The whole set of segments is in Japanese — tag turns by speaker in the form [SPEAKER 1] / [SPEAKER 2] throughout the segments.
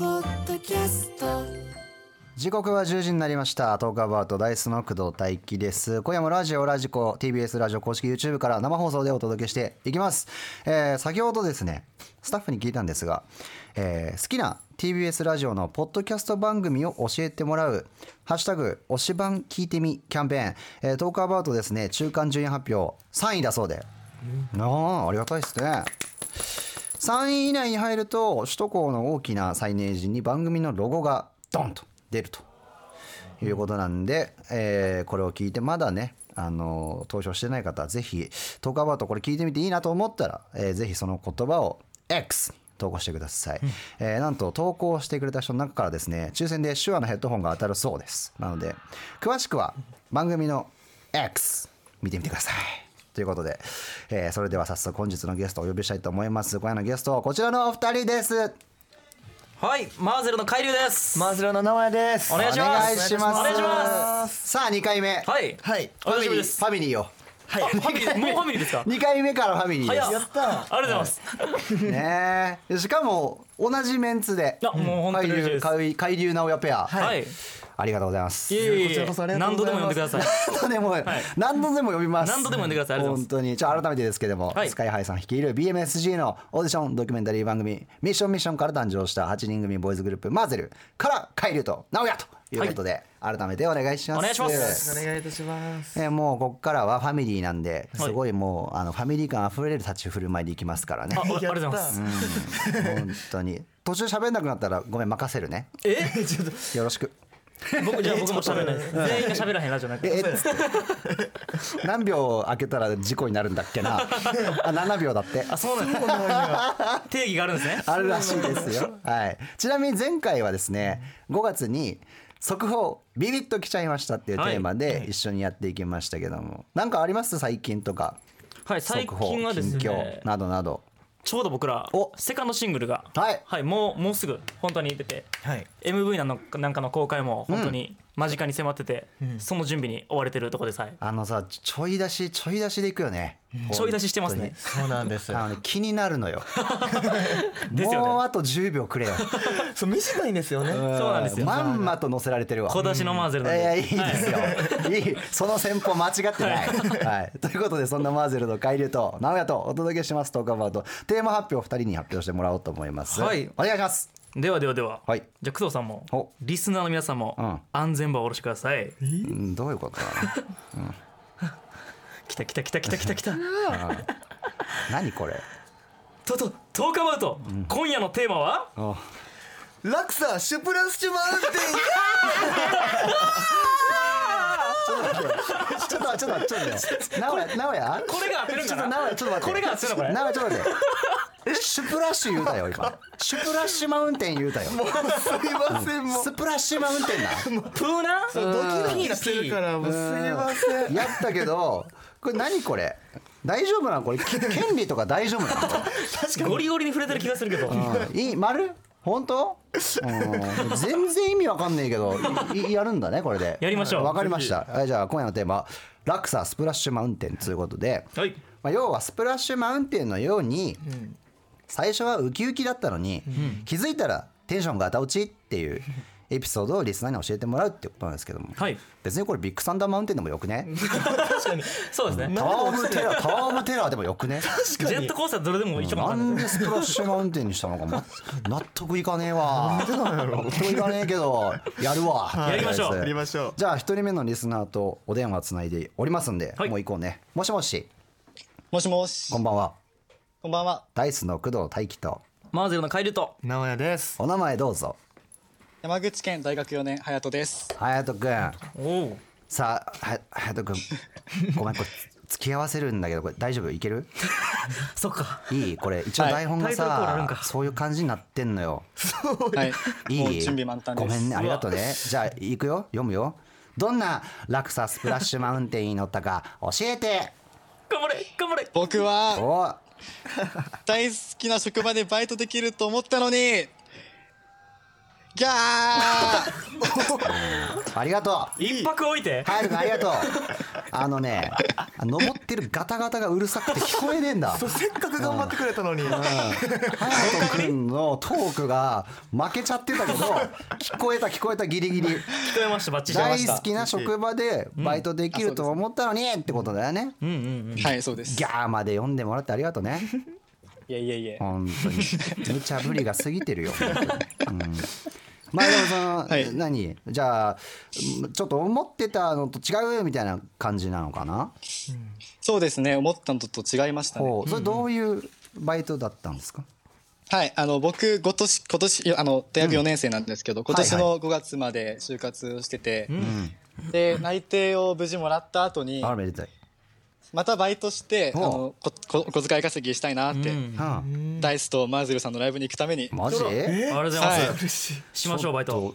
[SPEAKER 1] キャスト
[SPEAKER 2] 時刻は10時になりましたトークアバウトダイスの工藤大輝です今夜もラジオラジコ TBS ラジオ公式 YouTube から生放送でお届けしていきます、えー先ほどですねスタッフに聞いたんですが、えー好きな TBS ラジオのポッドキャスト番組を教えてもらう「ハッシュタグ推し番聞いてみ」キャンペーン、えートークアバウトですね中間順位発表3位だそうで、なあありがたいですね3位以内に入ると首都高の大きなサイネージに番組のロゴがドンと出るということなんで、えーこれを聞いてまだねあの投票してない方はぜひトークアバウトこれ聞いてみていいなと思ったら、えーぜひその言葉を X に投稿してください、えーなんと投稿してくれた人の中からですね抽選で手話のヘッドホンが当たるそうですなので詳しくは番組の X 見てみてくださいということで、えーそれでは早速本日のゲストをお呼びしたいと思います今夜のゲストはこちらのお二人です
[SPEAKER 3] はい、マーゼルの海流です。
[SPEAKER 4] マーズロの名前です。
[SPEAKER 3] お願いし
[SPEAKER 2] お
[SPEAKER 3] ます。
[SPEAKER 2] 願いします
[SPEAKER 3] お願いします。
[SPEAKER 2] さあ2回目
[SPEAKER 3] は
[SPEAKER 2] フ
[SPEAKER 3] い、
[SPEAKER 4] はい
[SPEAKER 3] お
[SPEAKER 2] ァミ
[SPEAKER 3] 楽しみ
[SPEAKER 2] リー
[SPEAKER 3] です。
[SPEAKER 2] ファミリーを
[SPEAKER 4] はい。
[SPEAKER 3] ファミリー、もうファミリーですか。
[SPEAKER 2] 2回目からファミリー
[SPEAKER 3] 早っ
[SPEAKER 2] で
[SPEAKER 4] やった
[SPEAKER 3] ありがとうございます。
[SPEAKER 2] すねえしかも同じメンツで
[SPEAKER 3] あもう本当に
[SPEAKER 2] 海
[SPEAKER 3] 嬉しい
[SPEAKER 2] 流
[SPEAKER 3] です
[SPEAKER 2] 海海流直哉ペア、
[SPEAKER 3] はい。い
[SPEAKER 2] ありがとうございます
[SPEAKER 3] えいえ
[SPEAKER 4] こ
[SPEAKER 3] い
[SPEAKER 4] ちら
[SPEAKER 3] え
[SPEAKER 4] こそあり、がと
[SPEAKER 3] 何
[SPEAKER 4] う
[SPEAKER 3] 度
[SPEAKER 4] ご
[SPEAKER 3] で
[SPEAKER 4] ざい
[SPEAKER 3] も
[SPEAKER 4] ます
[SPEAKER 3] 呼んでください。
[SPEAKER 2] 何度でも、何度でも呼びます
[SPEAKER 3] 何度でも呼んでくださいありがとうございます
[SPEAKER 2] 本当にじゃあ改めてですけども、
[SPEAKER 3] はい
[SPEAKER 2] スカイハイさん率いる BMSG のオーディションドキュメンタリー番組「ミッションミッション」から誕生した8人組ボーイズグループマーゼルから海流と直哉ということで、改めてお願いします
[SPEAKER 3] お願いします
[SPEAKER 4] お願いいたします。
[SPEAKER 2] えーもうここからはファミリーなんで
[SPEAKER 3] はい
[SPEAKER 2] すごいもう、あのファミリー感あふれる立ち振る舞いでいきますからね
[SPEAKER 3] あ、おあり
[SPEAKER 2] 本
[SPEAKER 3] がとうございます。
[SPEAKER 2] 当に途中喋んなくなったらごめん任せるね
[SPEAKER 3] え、
[SPEAKER 2] よろしく
[SPEAKER 3] 僕じゃあ僕も喋らないです。全員が喋らへんラジオなんか。
[SPEAKER 2] ええっつって 何秒開けたら事故になるんだっけなあ7秒だって
[SPEAKER 3] あ、そうなんだ。定義があるんですね。
[SPEAKER 2] あるらしいですよ、はい、ちなみに前回はですね5月に速報ビビッときちゃいましたっていうテーマで一緒にやっていきましたけども、なんかあります最近とか
[SPEAKER 3] はい、最
[SPEAKER 2] 速報
[SPEAKER 3] 近はです
[SPEAKER 2] 近
[SPEAKER 3] ね
[SPEAKER 2] 況。などなど
[SPEAKER 3] ちょうど僕ら
[SPEAKER 2] お
[SPEAKER 3] セカンドシングルが
[SPEAKER 2] はい
[SPEAKER 3] もうもうすぐ本当に出て
[SPEAKER 4] はい。
[SPEAKER 3] MV なんのなんかの公開も本当に間近に迫ってて、その準備に追われてるところです。はい。
[SPEAKER 2] あのさちょい出しちょい出しでいくよね、
[SPEAKER 3] ちょい出ししてますね。
[SPEAKER 4] そうなんです。
[SPEAKER 2] あのね気になるのよ
[SPEAKER 3] ですよね
[SPEAKER 2] もうあと10秒くれよ
[SPEAKER 4] そう短いんですよね。
[SPEAKER 3] そうなんですよ
[SPEAKER 2] まんまと載せられてるわ
[SPEAKER 3] 小出しのマーゼル
[SPEAKER 2] い
[SPEAKER 3] なん
[SPEAKER 2] やいや
[SPEAKER 3] で。
[SPEAKER 2] いいですよ、い、いその戦法間違ってない、はい、ということでそんなマーゼルの海流と直哉とお届けしますトークアバウトテーマ発表を2人に発表してもらおうと思います、
[SPEAKER 3] はい
[SPEAKER 2] お願いします
[SPEAKER 3] ではではでは、
[SPEAKER 2] はい
[SPEAKER 3] じゃあ工藤さんも
[SPEAKER 2] お
[SPEAKER 3] リスナーの皆さんも、
[SPEAKER 2] うん
[SPEAKER 3] 安全バーを下ろしてください
[SPEAKER 2] うんどういうこと
[SPEAKER 3] 来た来た来た来た来た来た
[SPEAKER 2] なのうん何これ
[SPEAKER 3] とと10日バウト、今夜のテーマは
[SPEAKER 2] お
[SPEAKER 4] ラクサシュプラスチュマウンテ
[SPEAKER 2] ちょっと待ってちょっと待ってちょっと待ってちょっと待って直哉直哉
[SPEAKER 3] これが合ってるん
[SPEAKER 2] ちょっと
[SPEAKER 3] かな
[SPEAKER 2] 名前ちょっと待って
[SPEAKER 3] これが合ってるのこれ
[SPEAKER 2] 名前ちょっと待ってシュプラッシュ言うたよ今シュプラッシュマウンテン言うたよ
[SPEAKER 4] ンすいませんもう。
[SPEAKER 2] スプラッシュマウンテンな
[SPEAKER 3] プーナ
[SPEAKER 4] そうドキドキしてるからもうすいませ ん。
[SPEAKER 2] やったけどこれ何これ大丈夫なのこれき権利とか大丈夫な
[SPEAKER 3] ゴリゴリに触れてる気がするけど、
[SPEAKER 2] の、うん、いい丸本当、うん、全然意味わかんないけどいいやるんだねこれで
[SPEAKER 3] やりましょう
[SPEAKER 2] わかりましたはいじゃあ今夜のテーマ「ラクサスプラッシュマウンテン」ということで、
[SPEAKER 3] はい
[SPEAKER 2] まあ、要はスプラッシュマウンテンのように、最初はウキウキだったのに、気づいたらテンションがガタ落ちっていうエピソードをリスナーに教えてもらうってことなんですけども、
[SPEAKER 3] はい
[SPEAKER 2] 別にこれビッグサンダーマウンテンでもよくね
[SPEAKER 3] そうですね、
[SPEAKER 2] タワー・オブ・テラータワー・オブ・テラーでもよくね
[SPEAKER 3] ジェットコースターどれでも一緒かも
[SPEAKER 2] な
[SPEAKER 3] わかんない
[SPEAKER 2] んでスプラッシュマウンテンにしたの か、ま、納得いかねえわ納得いかねえけどやるわ
[SPEAKER 3] やりましょう
[SPEAKER 2] とりあえず
[SPEAKER 4] やりましょう
[SPEAKER 2] じゃあ一人目のリスナーとお電話つないでおりますんで、
[SPEAKER 3] はい
[SPEAKER 2] もう行こうねもしもし
[SPEAKER 5] もしもし。
[SPEAKER 2] こんばんは
[SPEAKER 5] こんばんは。
[SPEAKER 2] ダイスの工藤大輝と
[SPEAKER 3] マーゼルのカエルと
[SPEAKER 4] 直哉です。
[SPEAKER 2] お名前どうぞ
[SPEAKER 5] 山口県大学4年、隼人です。
[SPEAKER 2] 隼人君
[SPEAKER 3] おお
[SPEAKER 2] さあは隼人君ごめんこれ付き合わせるんだけどこれ大丈夫いける
[SPEAKER 3] そっか
[SPEAKER 2] いいこれ一応台本がさ、
[SPEAKER 3] はいタイトルコールあるんか
[SPEAKER 2] そういう感じになってんのよ
[SPEAKER 5] はい。
[SPEAKER 2] いい
[SPEAKER 5] もう準備満タンです。
[SPEAKER 2] ごめんね
[SPEAKER 3] わ
[SPEAKER 2] ありがとうねじゃあ行くよ読むよどんなラクサスプラッシュマウンテンに乗ったか教えて
[SPEAKER 3] 頑張れ頑張れ
[SPEAKER 5] 僕は
[SPEAKER 2] お
[SPEAKER 5] 大好きな職場でバイトできると思ったのに、ギャー
[SPEAKER 2] ありがとう
[SPEAKER 3] 一泊置いて
[SPEAKER 2] ハイル君ありがとうあのね登ってるガタガタがうるさくて聞こえねえんだ
[SPEAKER 4] そうせっかく頑張ってくれたのに
[SPEAKER 2] ハヤト君のトークが負けちゃってたけど聞こえた聞こえたギリギリ
[SPEAKER 3] 聞こえましたバッチリ
[SPEAKER 2] 大好きな職場でバイトできると思ったのにってことだよね
[SPEAKER 5] はい、そうです。
[SPEAKER 2] ギャーまで読んでもらってありがとうね
[SPEAKER 5] いやいやいや。
[SPEAKER 2] 本当に 無茶ぶりが過ぎてるよ、うん、まあでもその、
[SPEAKER 5] はい
[SPEAKER 2] 何じゃあうんちょっと思ってたのと違うみたいな感じなのかな、
[SPEAKER 5] そうですね、思ったのと違いましたね。
[SPEAKER 2] ほうそれどういうバイトだったんですか、
[SPEAKER 5] はい、あの僕今年今年いやあの大学4年生なんですけど、今年の5月まで就活をしてて、で内定を無事もらった後に
[SPEAKER 2] あめでたい、
[SPEAKER 5] またバイトしてあ
[SPEAKER 2] おう
[SPEAKER 5] のここお小遣い稼ぎしたいなって、
[SPEAKER 3] うん
[SPEAKER 2] は
[SPEAKER 5] ダイスとマーズルさんのライブに行くために
[SPEAKER 2] あ、マジ
[SPEAKER 3] ありがとうございます、
[SPEAKER 5] は
[SPEAKER 4] 嬉しい
[SPEAKER 3] しましょうバイト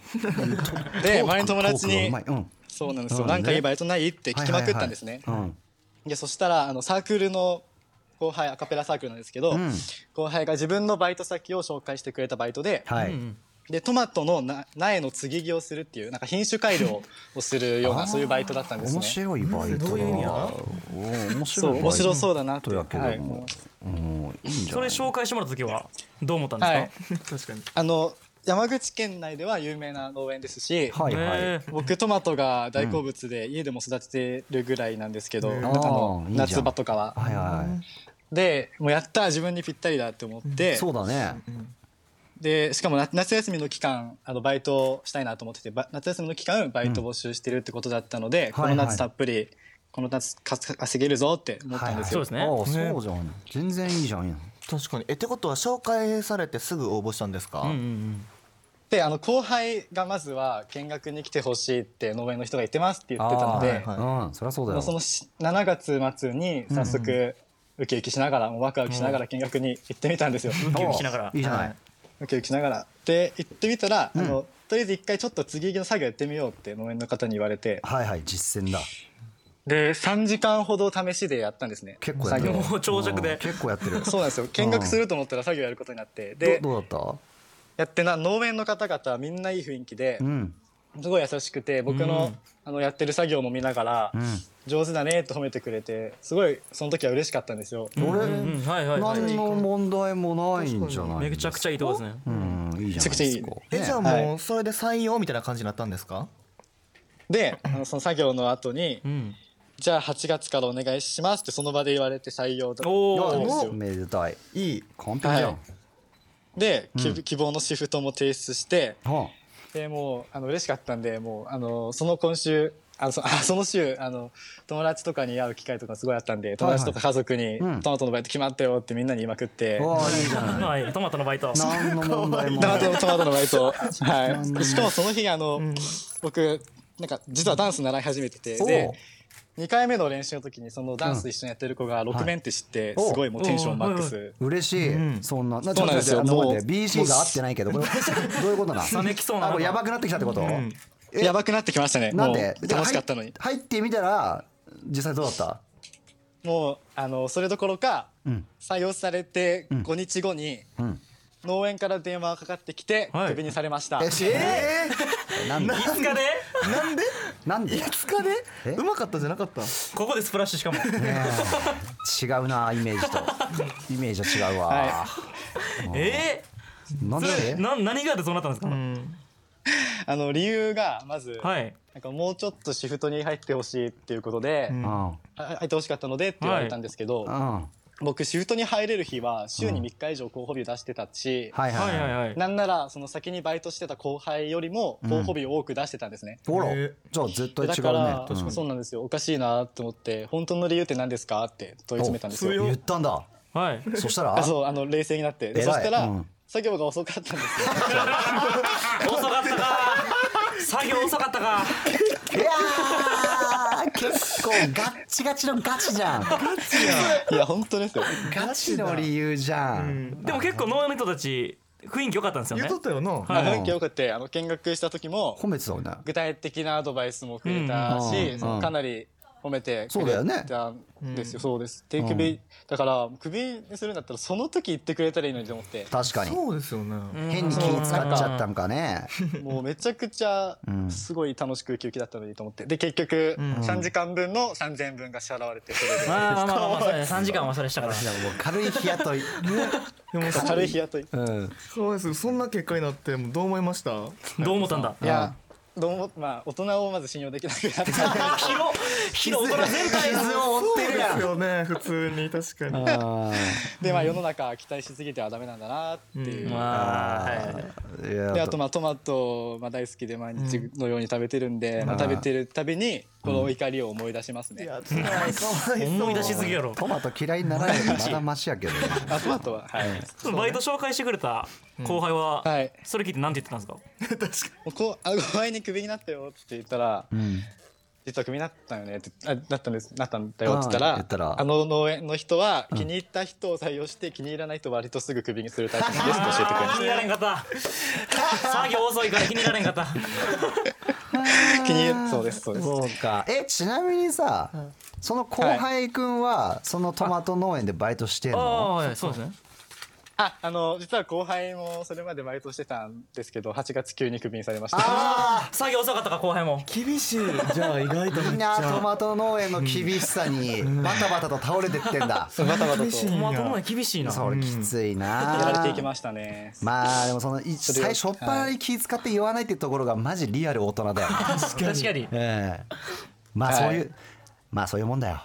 [SPEAKER 5] で周りの友達
[SPEAKER 2] トークがう
[SPEAKER 5] に
[SPEAKER 2] まいうん
[SPEAKER 5] そうなんですよ、
[SPEAKER 2] うん
[SPEAKER 5] なんかい
[SPEAKER 2] ね
[SPEAKER 5] いバイトないって聞きまくったんですね、
[SPEAKER 2] はいはいはい
[SPEAKER 5] でそしたらあのサークルの後輩アカペラサークルなんですけど、
[SPEAKER 2] うん
[SPEAKER 5] 後輩が自分のバイト先を紹介してくれたバイトで、
[SPEAKER 2] はい、
[SPEAKER 5] でトマトのな苗の継ぎ木をするっていうなんか品種改良をするよう
[SPEAKER 2] あー
[SPEAKER 5] なそういうバイトだったんです
[SPEAKER 2] 面
[SPEAKER 5] ね。
[SPEAKER 2] 白いバイトだ
[SPEAKER 3] どういう意味や
[SPEAKER 2] おー面
[SPEAKER 5] そ
[SPEAKER 2] 白いバイ
[SPEAKER 5] う
[SPEAKER 2] ト
[SPEAKER 5] 面白そうだなって
[SPEAKER 2] とやけども、
[SPEAKER 5] はいい、思います
[SPEAKER 2] うん、いいんじゃない
[SPEAKER 3] それ紹介してもらった時はどう思ったんですか、
[SPEAKER 5] はい
[SPEAKER 4] 確かに
[SPEAKER 5] あの山口県内では有名な農園ですし、
[SPEAKER 2] はいはい、
[SPEAKER 3] えー
[SPEAKER 5] 僕トマトが大好物で家でも育ててるぐらいなんですけど、
[SPEAKER 4] うん
[SPEAKER 5] なんかあの
[SPEAKER 2] あーいいじゃん
[SPEAKER 5] 夏場とかは。
[SPEAKER 2] はいはいはい
[SPEAKER 5] でもうやった自分にぴったりだって思って、
[SPEAKER 2] そうだね
[SPEAKER 5] でしかも夏夏休みの期間あのバイトしたいなと思っててば夏休みの期間バイト募集してるってことだったので、こ
[SPEAKER 2] はい
[SPEAKER 5] の
[SPEAKER 2] はい
[SPEAKER 5] 夏たっぷり、この夏か稼げるぞって思ったんですよ。
[SPEAKER 3] そうですね
[SPEAKER 2] ああそうじゃん全然いいじゃんやん
[SPEAKER 4] 確かにえってことは紹介されてすぐ応募したんですか、
[SPEAKER 3] うんうんうん
[SPEAKER 5] であの後輩がまずは見学に来てほしいって農園の人が言ってますって言ってたので、
[SPEAKER 2] ああはいはいうんそりゃそうだ
[SPEAKER 5] も
[SPEAKER 2] よ
[SPEAKER 5] うそのし7月末に早速ウキウキしながらもうワクワクしながら見学に行ってみたんですよ。
[SPEAKER 3] ウキウキしながら
[SPEAKER 2] いいじゃない
[SPEAKER 5] ウキウキしながら。で行ってみたら、あのとりあえず一回ちょっと継ぎ木の作業やってみようって農園の方に言われて
[SPEAKER 2] はいはい実践だ
[SPEAKER 5] で3時間ほど試しでやったんですね
[SPEAKER 2] 結構やって
[SPEAKER 5] 作
[SPEAKER 2] る
[SPEAKER 5] 業を
[SPEAKER 3] もう長尺で
[SPEAKER 2] うん結構やってる
[SPEAKER 5] そうなんですよ見学すると思ったら作業やることになってで
[SPEAKER 2] どどうだっ
[SPEAKER 5] やってな農園の方々はみんないい雰囲気で
[SPEAKER 2] たうん
[SPEAKER 5] すごい優しくて僕
[SPEAKER 3] う
[SPEAKER 5] の
[SPEAKER 3] ん
[SPEAKER 5] あのやってる作業も見ながら
[SPEAKER 2] うん
[SPEAKER 5] 上手だねと褒めてくれてすごいその時は嬉しかったんですよ
[SPEAKER 2] 俺、
[SPEAKER 3] うんうんはいはいはい
[SPEAKER 2] 何の問題もないんじゃない
[SPEAKER 3] めちゃくちゃいいとこですね
[SPEAKER 2] うんいいじゃないですか
[SPEAKER 4] えじゃあ
[SPEAKER 2] ね
[SPEAKER 4] もうそれで採用みたいな感じになったんですか、
[SPEAKER 5] であのその作業の後に
[SPEAKER 3] うん
[SPEAKER 5] じゃあ8月からお願いしますってその場で言われて採用だった
[SPEAKER 3] おー
[SPEAKER 5] ん
[SPEAKER 2] い
[SPEAKER 5] で
[SPEAKER 2] やも
[SPEAKER 5] す
[SPEAKER 2] う
[SPEAKER 5] よ
[SPEAKER 2] めでたい
[SPEAKER 4] いい
[SPEAKER 2] 完璧じゃん、
[SPEAKER 5] でき希望のシフトも提出して
[SPEAKER 2] は
[SPEAKER 5] でもうあの嬉しかったんでもうあのその今週あのそあ その週あの友達とかに会う機会とかすごいあったんで友達とか家族に
[SPEAKER 2] うん
[SPEAKER 5] 「トマトのバイト決まったよ」ってみんなに言いまくって
[SPEAKER 2] あ、わあいいじゃ ない
[SPEAKER 3] はいトマトのバイト
[SPEAKER 2] 何の問題
[SPEAKER 5] 「
[SPEAKER 2] も
[SPEAKER 5] ト
[SPEAKER 2] な
[SPEAKER 5] マ
[SPEAKER 2] い
[SPEAKER 5] トのトマトのバイト」はいしかもその日あの僕なんか実はダンス習い始めてて
[SPEAKER 2] おう
[SPEAKER 5] で2回目の練習の時にそのダンス一緒にやってる子が6面って知って
[SPEAKER 2] はい
[SPEAKER 5] すごいもうテンションマックス
[SPEAKER 2] 嬉しい、そんななちょっと
[SPEAKER 5] そうなんですよ
[SPEAKER 2] 待ってあの
[SPEAKER 5] もう
[SPEAKER 2] 待って BG が合ってないけどこれどういうことな
[SPEAKER 3] 冷めきそうな
[SPEAKER 2] あこれやばくなってきたってこと、え
[SPEAKER 5] やばくなってきましたね
[SPEAKER 2] なん
[SPEAKER 5] も
[SPEAKER 2] で
[SPEAKER 5] う楽しかったの
[SPEAKER 2] で
[SPEAKER 5] に
[SPEAKER 2] 入入ってみたら実際どうだった
[SPEAKER 5] もうあのそれどころか
[SPEAKER 2] ん
[SPEAKER 5] 採用されて5日後に
[SPEAKER 2] ん
[SPEAKER 5] 農園から電話がかかってきて
[SPEAKER 3] はい
[SPEAKER 5] クビにされました、
[SPEAKER 2] えー、なんで
[SPEAKER 3] いつかで
[SPEAKER 4] なんで
[SPEAKER 2] なんで
[SPEAKER 4] 疲
[SPEAKER 2] え
[SPEAKER 4] れうまかったじゃなかった
[SPEAKER 3] ここでスプラッシュしかも
[SPEAKER 2] ねえ違うなイメージとイメージは違うわ、
[SPEAKER 5] は
[SPEAKER 3] え
[SPEAKER 2] な
[SPEAKER 3] ー、
[SPEAKER 2] ん
[SPEAKER 3] それ
[SPEAKER 2] で
[SPEAKER 3] な何があってそうなったんですか、
[SPEAKER 5] あの理由がまず、
[SPEAKER 3] はい
[SPEAKER 5] なんかもうちょっとシフトに入ってほしいっていうことで、
[SPEAKER 2] うん
[SPEAKER 5] あ入ってほしかったのでって言われたんですけど、
[SPEAKER 2] うん
[SPEAKER 5] 僕シフトに入れる日は週に3日以上候補日を出してたし、
[SPEAKER 2] はいはい
[SPEAKER 3] はいはいはい
[SPEAKER 5] なんならその先にバイトしてた後輩よりも候補日を多く出してたんですね、
[SPEAKER 2] ほ
[SPEAKER 4] へ
[SPEAKER 2] ら
[SPEAKER 4] え
[SPEAKER 2] じゃあ絶対違
[SPEAKER 5] だ
[SPEAKER 2] う
[SPEAKER 5] から、
[SPEAKER 2] ね、
[SPEAKER 5] そうなんですよおかしいなと思って本当の理由って何ですかって問い詰めたんですよ
[SPEAKER 2] うん、言ったんだ
[SPEAKER 3] はい
[SPEAKER 2] そしたら
[SPEAKER 5] あそうあの冷静になってで
[SPEAKER 2] 偉い
[SPEAKER 5] そしたら、
[SPEAKER 2] うん
[SPEAKER 5] 作業が遅かったんですよ
[SPEAKER 3] 遅かったか作業遅かったか
[SPEAKER 2] いやー結構ガッチガチのガチじゃん
[SPEAKER 5] いや本当です よ
[SPEAKER 2] ガチの理由じゃん、
[SPEAKER 3] でも結構農園の人たち雰囲気良かったんですよ
[SPEAKER 4] 言
[SPEAKER 3] ね
[SPEAKER 4] うとったよな、
[SPEAKER 5] あ
[SPEAKER 3] はい
[SPEAKER 5] 雰囲気よくてあの見学した時も
[SPEAKER 2] 褒めてたもんね
[SPEAKER 5] 具体的なアドバイスもくれた
[SPEAKER 2] うんうん
[SPEAKER 5] し、
[SPEAKER 2] うん
[SPEAKER 5] そのかなり褒めて
[SPEAKER 2] そうだよね
[SPEAKER 5] たんですよ。そうです。で、首、だから、首にするんだったら、その時言ってくれたらいいのにと思って、
[SPEAKER 2] 確かに
[SPEAKER 1] そうですよね。
[SPEAKER 2] 変に気使っちゃったんかね
[SPEAKER 5] もうめちゃくちゃ、すごい楽しくウキウキだったのにと思って。で、結局、3時間分の3000円分が支払われて、それで。
[SPEAKER 3] まあまあまあまあ まあそうだね3時間はそれしたから
[SPEAKER 2] いやもう軽い日雇い、
[SPEAKER 5] 軽い日雇い。
[SPEAKER 2] うん、
[SPEAKER 1] かわいそう。そんな結果になって、もうどう思いました
[SPEAKER 3] どう思ったんだ
[SPEAKER 5] いや、どうも、まあ、大人をまず信用できなくなった。
[SPEAKER 3] 広広大人全体
[SPEAKER 2] 傷を負ってるや
[SPEAKER 1] で
[SPEAKER 2] ん
[SPEAKER 1] すよね、普通に、確かに。
[SPEAKER 2] あ
[SPEAKER 5] で、まあ、世の中期待しすぎてはダメなんだなっていう。
[SPEAKER 3] まあはい
[SPEAKER 2] ーいや
[SPEAKER 5] であとまあトマト、まあ、大好きで毎日のように食べてるんで、まあ、食べてるたびにこの怒りを思い出しますね、
[SPEAKER 3] 思い出しすぎやろ
[SPEAKER 2] トマト嫌いにならないよりまだマシやけどね
[SPEAKER 5] あトマトははい、
[SPEAKER 3] バイト紹介してくれた後輩は
[SPEAKER 5] はい
[SPEAKER 3] それ聞いて何て言ってたんですか
[SPEAKER 5] もうこうあご前にクビになったよって言ったら、
[SPEAKER 2] ん
[SPEAKER 5] 実はクビになったよねってあなったんですなったんだよって言ったら
[SPEAKER 2] あー言ったら
[SPEAKER 5] あの農園の人は気に入った人を採用して気に入らない人は割とすぐクビにするタイプなんですって教えてくれま
[SPEAKER 3] あー気に入られんかった作業遅いから気に入られんか った
[SPEAKER 5] した気に入そうですそうです
[SPEAKER 2] そうかえちなみにさ、その後輩くんはそのトマト農園でバイトしてん
[SPEAKER 3] ああ
[SPEAKER 2] の
[SPEAKER 3] はいそうですね
[SPEAKER 5] ああの実は後輩もそれまでバイトしてたんですけど8月急にクビにされました
[SPEAKER 3] 作業遅かったか後輩も
[SPEAKER 1] 厳しい。じゃあ、意外と
[SPEAKER 2] みんなトマト農園の厳しさにバタバタと倒れてってんだ
[SPEAKER 5] そうバタバタと
[SPEAKER 1] 厳しい
[SPEAKER 3] ト
[SPEAKER 1] ん
[SPEAKER 3] マトの
[SPEAKER 1] や。
[SPEAKER 3] 厳しいな
[SPEAKER 2] それきついな
[SPEAKER 5] やられていきましたね
[SPEAKER 2] まあでもそのい
[SPEAKER 5] れ
[SPEAKER 2] 最初っぱに気使って言わないっていうところがマジリアル大人だよね、
[SPEAKER 3] 確かに
[SPEAKER 2] ええまあ
[SPEAKER 5] はい
[SPEAKER 2] そういう、まあそういうもんだよ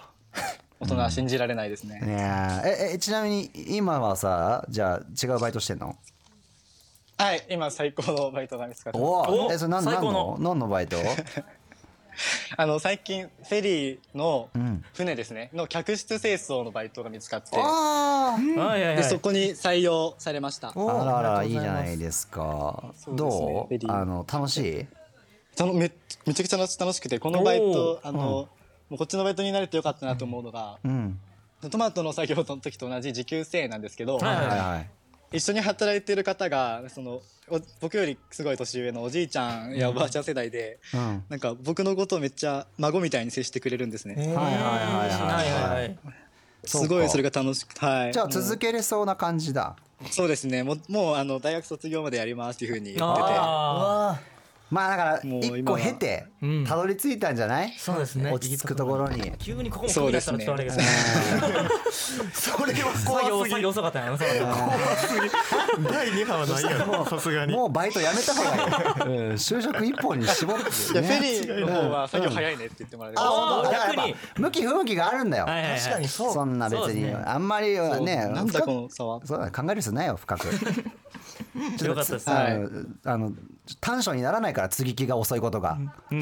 [SPEAKER 5] 大人は信じられないですね、
[SPEAKER 2] いやーええちなみに今はさじゃあ違うバイトしてんの
[SPEAKER 5] はい今最高のバイトが見つかってます
[SPEAKER 2] おお
[SPEAKER 3] お
[SPEAKER 2] えそれ何
[SPEAKER 3] 最
[SPEAKER 2] 何の
[SPEAKER 3] 高の
[SPEAKER 2] 何のバイト
[SPEAKER 5] あの最近フェリーの
[SPEAKER 2] ん
[SPEAKER 5] 船ですね、の客室清掃のバイトが見つかって
[SPEAKER 2] あー
[SPEAKER 3] はいはいは
[SPEAKER 5] でそ
[SPEAKER 3] い
[SPEAKER 5] こに採用されました
[SPEAKER 1] お
[SPEAKER 2] あらあらいいじゃ
[SPEAKER 1] ありがとうございま
[SPEAKER 2] な
[SPEAKER 1] す
[SPEAKER 2] いですか
[SPEAKER 5] そうですね
[SPEAKER 2] どう
[SPEAKER 5] ベリー
[SPEAKER 2] あの楽しい
[SPEAKER 5] たのめめちゃくちゃ楽しくてこのバイ
[SPEAKER 3] お
[SPEAKER 5] ト
[SPEAKER 3] ー
[SPEAKER 5] あの、もうこっちのバイトになれてよかったなと思うのが、
[SPEAKER 2] うん
[SPEAKER 5] トマトの作業の時と同じ時給制なんですけど、
[SPEAKER 3] はい
[SPEAKER 2] はいはい
[SPEAKER 5] 一緒に働いてる方がそのお僕よりすごい年上のおじいちゃんやおばあちゃん世代で、
[SPEAKER 2] うんはい
[SPEAKER 5] なんか僕のことをめっちゃ孫みたいに接してくれるんですね、
[SPEAKER 1] えー
[SPEAKER 2] はいはいはいはい
[SPEAKER 3] い
[SPEAKER 2] そうか
[SPEAKER 5] すごいそれが楽しくはい
[SPEAKER 2] じゃあ続けれそうな感じだ
[SPEAKER 5] そうですね。もうもうあの大学卒業までやりますっていうふうに言ってて、
[SPEAKER 3] ああ
[SPEAKER 2] まあだから
[SPEAKER 5] もう
[SPEAKER 2] 一
[SPEAKER 5] 今
[SPEAKER 2] 個
[SPEAKER 5] は
[SPEAKER 2] 経て
[SPEAKER 3] うん
[SPEAKER 2] たどり着いたんじゃない
[SPEAKER 3] そうですね
[SPEAKER 2] 落ち着くところに
[SPEAKER 3] 急にここもクビになったらちょっとあれですね
[SPEAKER 1] それは怖す
[SPEAKER 3] 作業作
[SPEAKER 1] ぎ
[SPEAKER 3] 業遅かったんやなそうだね
[SPEAKER 1] 第2波は ないやろ、さすがに。
[SPEAKER 2] もうバイトやめた方がいいうん就職一本に絞って
[SPEAKER 5] いやフェリーの方は作業早いねって言ってもらえる、
[SPEAKER 2] あ本当だから
[SPEAKER 3] 逆に
[SPEAKER 2] やっぱ向き不向きがあるんだよ
[SPEAKER 3] はいはいはい
[SPEAKER 1] 確かにそう。
[SPEAKER 2] そんな別
[SPEAKER 3] そうです
[SPEAKER 2] に
[SPEAKER 3] ね
[SPEAKER 2] あんまり
[SPEAKER 5] そう
[SPEAKER 2] ね
[SPEAKER 5] なん
[SPEAKER 2] 深
[SPEAKER 5] だ
[SPEAKER 2] く
[SPEAKER 5] この差は。
[SPEAKER 2] そうだ考える必要ないよ深く
[SPEAKER 3] よかったです
[SPEAKER 5] はい
[SPEAKER 2] あのあの短所にならないから継ぎ木が遅いことが
[SPEAKER 5] はい。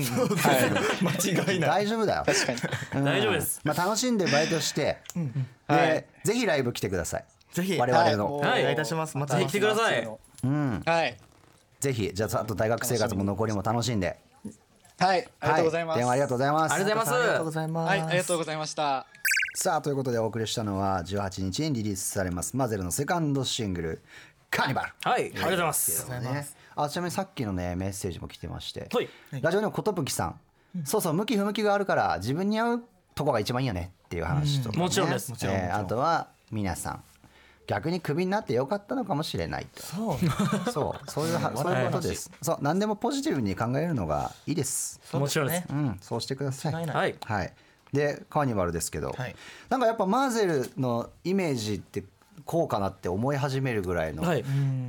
[SPEAKER 1] 間違いない。
[SPEAKER 2] 大丈夫だよ
[SPEAKER 5] 確かに。
[SPEAKER 2] うん
[SPEAKER 3] 大丈夫です
[SPEAKER 2] まあ楽しんでバイトして
[SPEAKER 5] は
[SPEAKER 2] で
[SPEAKER 5] い
[SPEAKER 2] ぜひライブ来てください
[SPEAKER 1] ぜひ、
[SPEAKER 2] 我
[SPEAKER 1] お
[SPEAKER 2] 々
[SPEAKER 5] も
[SPEAKER 2] の
[SPEAKER 5] う
[SPEAKER 3] はい
[SPEAKER 1] 願いいたします。また
[SPEAKER 3] ぜひ来てください
[SPEAKER 2] うん
[SPEAKER 5] はい。
[SPEAKER 2] ぜひじゃああと大学生活も残りも楽しんで
[SPEAKER 5] はい。ありがとうございま
[SPEAKER 2] は
[SPEAKER 5] す。
[SPEAKER 2] 電話ありがとうございます
[SPEAKER 3] ありがとうございます
[SPEAKER 1] ありがとうございます。
[SPEAKER 5] はい。ありがとうございました。
[SPEAKER 2] さあということでお送りしたのは18日にリリースされますマゼルのセカンドシングル「カーニバル」
[SPEAKER 3] はいありがとうございます
[SPEAKER 2] ね、あちなみにさっきのねメッセージも来てまして、
[SPEAKER 3] はい
[SPEAKER 2] ラジオネーム寿さん、そうそう向き不向きがあるから自分に合うとこが一番いいよねっていう話とかね、
[SPEAKER 3] もちろんですもちろん
[SPEAKER 2] えーあとは皆さん逆にクビになってよかったのかもしれないとそう そうそういうはそういうことですそう何でもポジティブに考えるのがいいです
[SPEAKER 3] もちろんです
[SPEAKER 2] うんそうしてください
[SPEAKER 1] 違いない
[SPEAKER 3] はい
[SPEAKER 2] はい、でカーニバルですけど、
[SPEAKER 1] はい
[SPEAKER 2] なんかやっぱマーゼルのイメージってこうかなって思い始めるぐらいの、
[SPEAKER 3] はい